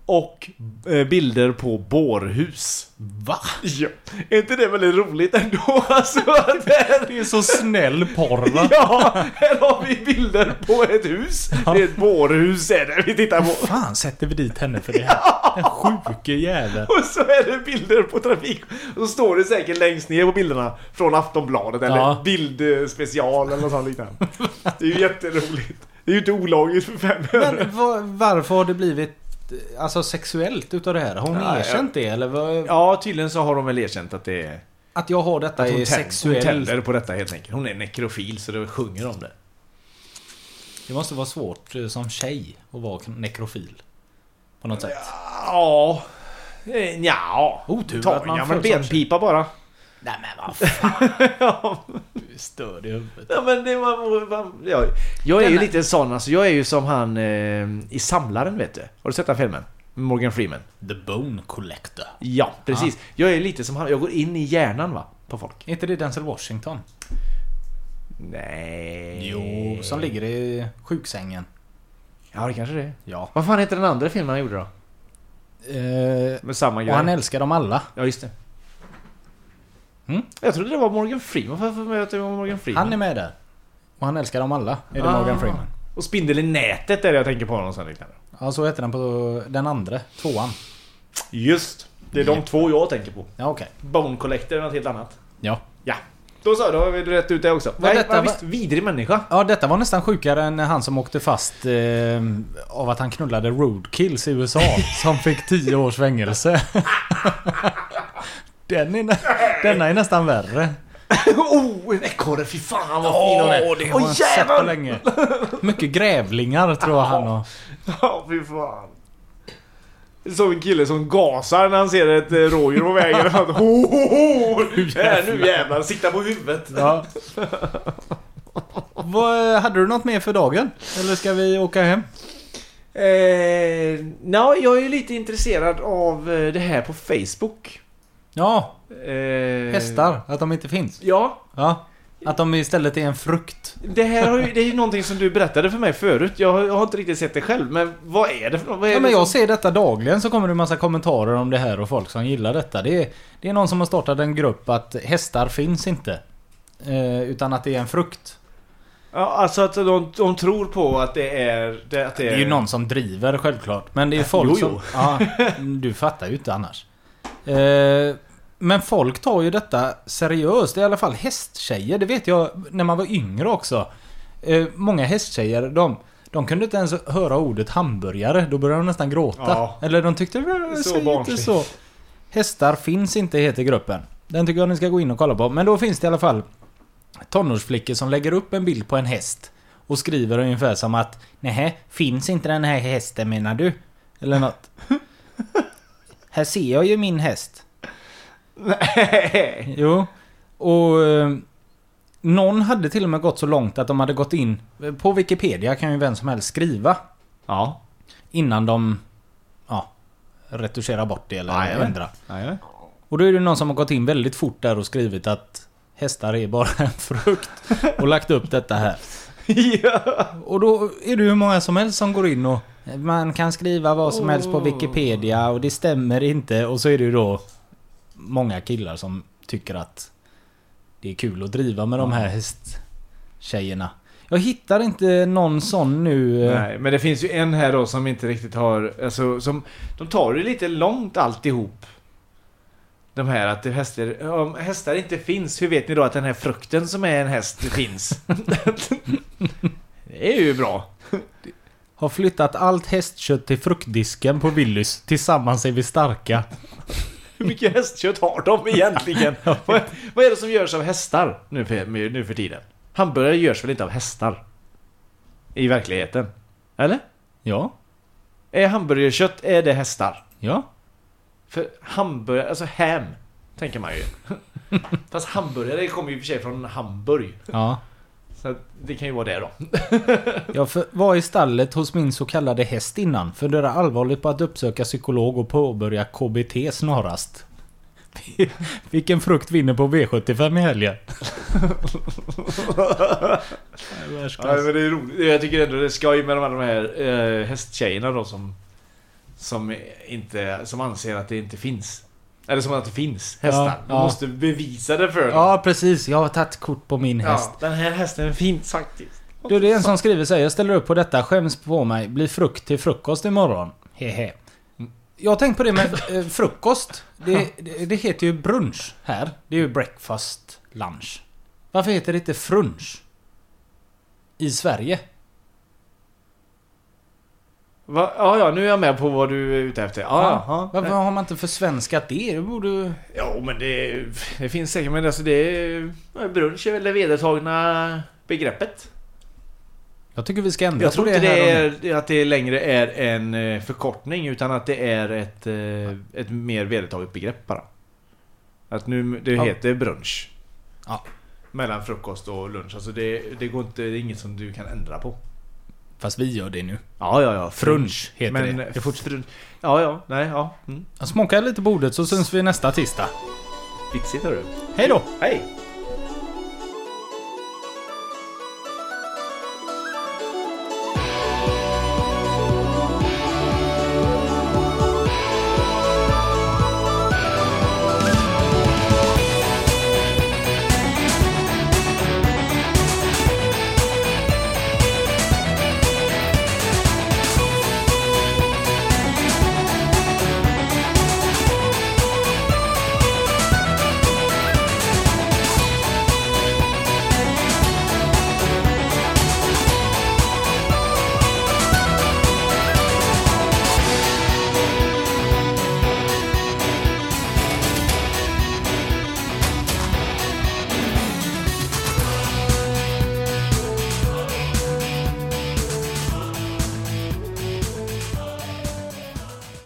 och eh, bilder på bårhus. Va? Ja, är inte det väldigt roligt ändå? Alltså, att det här, Det är så snäll porr va? ja, här har vi bilder på ett hus. Det är ett bårhus är det vi tittar på. Fan sätter vi dit henne för det här? Den sjuke jäveln. Och så är det bilder på trafik. Och så står det säkert längst ner på bilderna från Aftonbladet eller Ja. bildspecial eller något sånt liknande. Det är ju jätteroligt. Det är ju inte olagligt för fem öre. Men va- varför har det blivit eh, alltså, sexuellt utav det här? Har hon Nej, erkänt det eller? vad- Ja, tydligen så har de väl erkänt att det är... Att jag har detta Att hon, är tänd, hon sexuellt. tänder på detta helt enkelt. Hon är nekrofil så det sjunger om det. Det måste vara svårt eh, som tjej att vara nekrofil. På något sätt. Ja. Eh, Nja. Otur Ta att en man gammal föds som benpipa bara. Nej men vad fan. ja, Du är störd i huvudet. men det var... man- Ja. Jag är ju Den- lite sån alltså. Jag är ju som han eh, i Samlaren vet du. Har du sett den filmen? Med Morgan Freeman. The Bone Collector. Ja, precis. Jag är lite som han. Jag går in i hjärnan va. På folk. Är inte det Denzel Washington? Nej. Jo, som ligger i sjuksängen. Ja, det kanske det är. Ja. Vad fan heter den andra filmen han gjorde då? Eh, Med samma grej. och han älskar dem alla. Ja, just det. Mm. Jag trodde det var Morgan Freeman. Varför får jag att det var Morgan Freeman? Han är med där. Och han älskar dem alla. Är det Ah. Morgan Freeman? Och Spindel i nätet är det jag tänker på honom sen. Rickard. Ja, så heter den på den andra. Tvåan. Just. Det är de två jag tänker på. Ja, okej. Bone Collector är något helt annat. Ja. Ja. Då så, då har vi rätt ut det också. Vad Nej, detta men var- visst. Vidrig människa. Ja, detta var nästan sjukare än han som åkte fast eh, av att han knullade roadkills i USA. som fick 10 års fängelse. den är, nä- denna är nästan värre. oh, en ekorre! Fy fan vad fin hon är! har jag inte sett på länge. Mycket grävlingar tror jag han har. Ja, fy fan. Som en kille som gasar när han ser ett eh, rådjur på vägen. Han, ho, ho, ho. Äh, nu jävlar, sikta på huvudet. Ja. Vad, eh, hade du något mer för dagen? Eller ska vi åka hem? Eh, no, jag är ju lite intresserad av eh, det här på Facebook. Ja, Eh, hästar. Att de inte finns. Ja, Ja. Att de istället är en frukt. det här har ju, det är ju någonting som du berättade för mig förut. Jag har, jag har inte riktigt sett det själv, men vad är det för något? Vad är Ja, det men jag som- ser detta dagligen så kommer det en massa kommentarer om det här och folk som gillar detta. Det är, det är någon som har startat en grupp att hästar finns inte. Eh, utan att det är en frukt. ja, alltså att de, de tror på att det är... Det, att det, Det är ju någon som driver självklart. Men det är folk Eh. Jo, som... Ja, du fattar ju inte annars. Eh, men folk tar ju detta seriöst. I alla fall hästtjejer. Det vet jag när man var yngre också. Eh, många hästtjejer, de... De kunde inte ens höra ordet hamburgare. Då började de nästan gråta. Ja. Eller de tyckte... "Äh, Så säg inte barnsligt." så. Hästar finns inte heter gruppen. Den tycker jag ni ska gå in och kolla på. Men då finns det i alla fall tonårsflickor som lägger upp en bild på en häst. Och skriver ungefär som att nej finns inte den här hästen menar du? Eller något. här ser jag ju min häst. Nej. Jo. Och... eh, Någon hade till och med gått så långt att de hade gått in... eh, På Wikipedia kan ju vem som helst skriva. Ja. Innan de... Ja. Retuscherar bort det eller Ja, jag vet. ändrar. Nej. Och då är det någon som har gått in väldigt fort där och skrivit att hästar är bara en frukt. Och lagt upp detta här. ja. Och då är det hur många som helst som går in och... Man kan skriva vad som helst på Wikipedia och det stämmer inte. Och så är det ju då många killar som tycker att det är kul att driva med de här hästtjejerna. Jag hittar inte någon sån nu. eh, Nej, men det finns ju en här då som inte riktigt har... Alltså, som, de tar det lite långt alltihop. De här att det hästar, om hästar inte finns, hur vet ni då att den här frukten som är en häst finns? det är ju bra. Har flyttat allt hästkött till fruktdisken på Willys. Tillsammans är vi starka. Hur mycket hästkött har de egentligen? vad, vad är det som görs av hästar nu för, nu för tiden? Hamburgare görs väl inte av hästar? I verkligheten? Eller? Ja, Är hamburgerkött, är det hästar? ja. För hamburgare, alltså ham, tänker man ju. Fast hamburgare kommer ju i och för sig från Hamburg. Ja. Så att det kan ju vara det då. Jag för, var i stallet hos min så kallade häst innan. Funderar allvarligt på att uppsöka psykolog och påbörja KBT snarast. Vilken frukt vinner på V75 i helgen? Ja, men det är roligt. Jag tycker ändå det är skoj med de här, de här eh, hästtjejerna då som... Som, inte, som anser att det inte finns. Eller som att det finns hästar. Ja, Man ja. måste bevisa det för dem. Ja precis, jag har tagit kort på min häst. Ja, den här hästen finns faktiskt. Du, det är en som skriver så här, jag ställer upp på detta, skäms på mig, blir frukt till frukost imorgon. Hehe. Jag har tänkt på det med eh, frukost. Det, det, det heter ju brunch här. Det är ju breakfast, lunch. Varför heter det inte frunch? I Sverige? Va? Ja, ja, nu är jag med på vad du är ute efter. Ja, ja. Varför har man inte försvenskat det? Det borde... Jo, men det, det finns säkert, men alltså det... är- Brunch är väl det vedertagna begreppet. Jag tycker vi ska ändra Mm. Jag tror på inte det här det och nu. är, att det längre är en eh, förkortning utan att det är ett, eh, ett mer vedertaget begrepp bara. Att nu, det Ja. heter brunch. Ja. Mellan frukost och lunch. Alltså det, det går inte, det är inget som du kan ändra på. Fast vi gör det nu. Ja, ja, ja. Frunch heter Men, det. det fortfarande... Ja, ja. Nej, ja. Mm. Jag smakar lite på ordet så syns vi nästa tisdag. Vitsigt hörru. Hej då! Hej!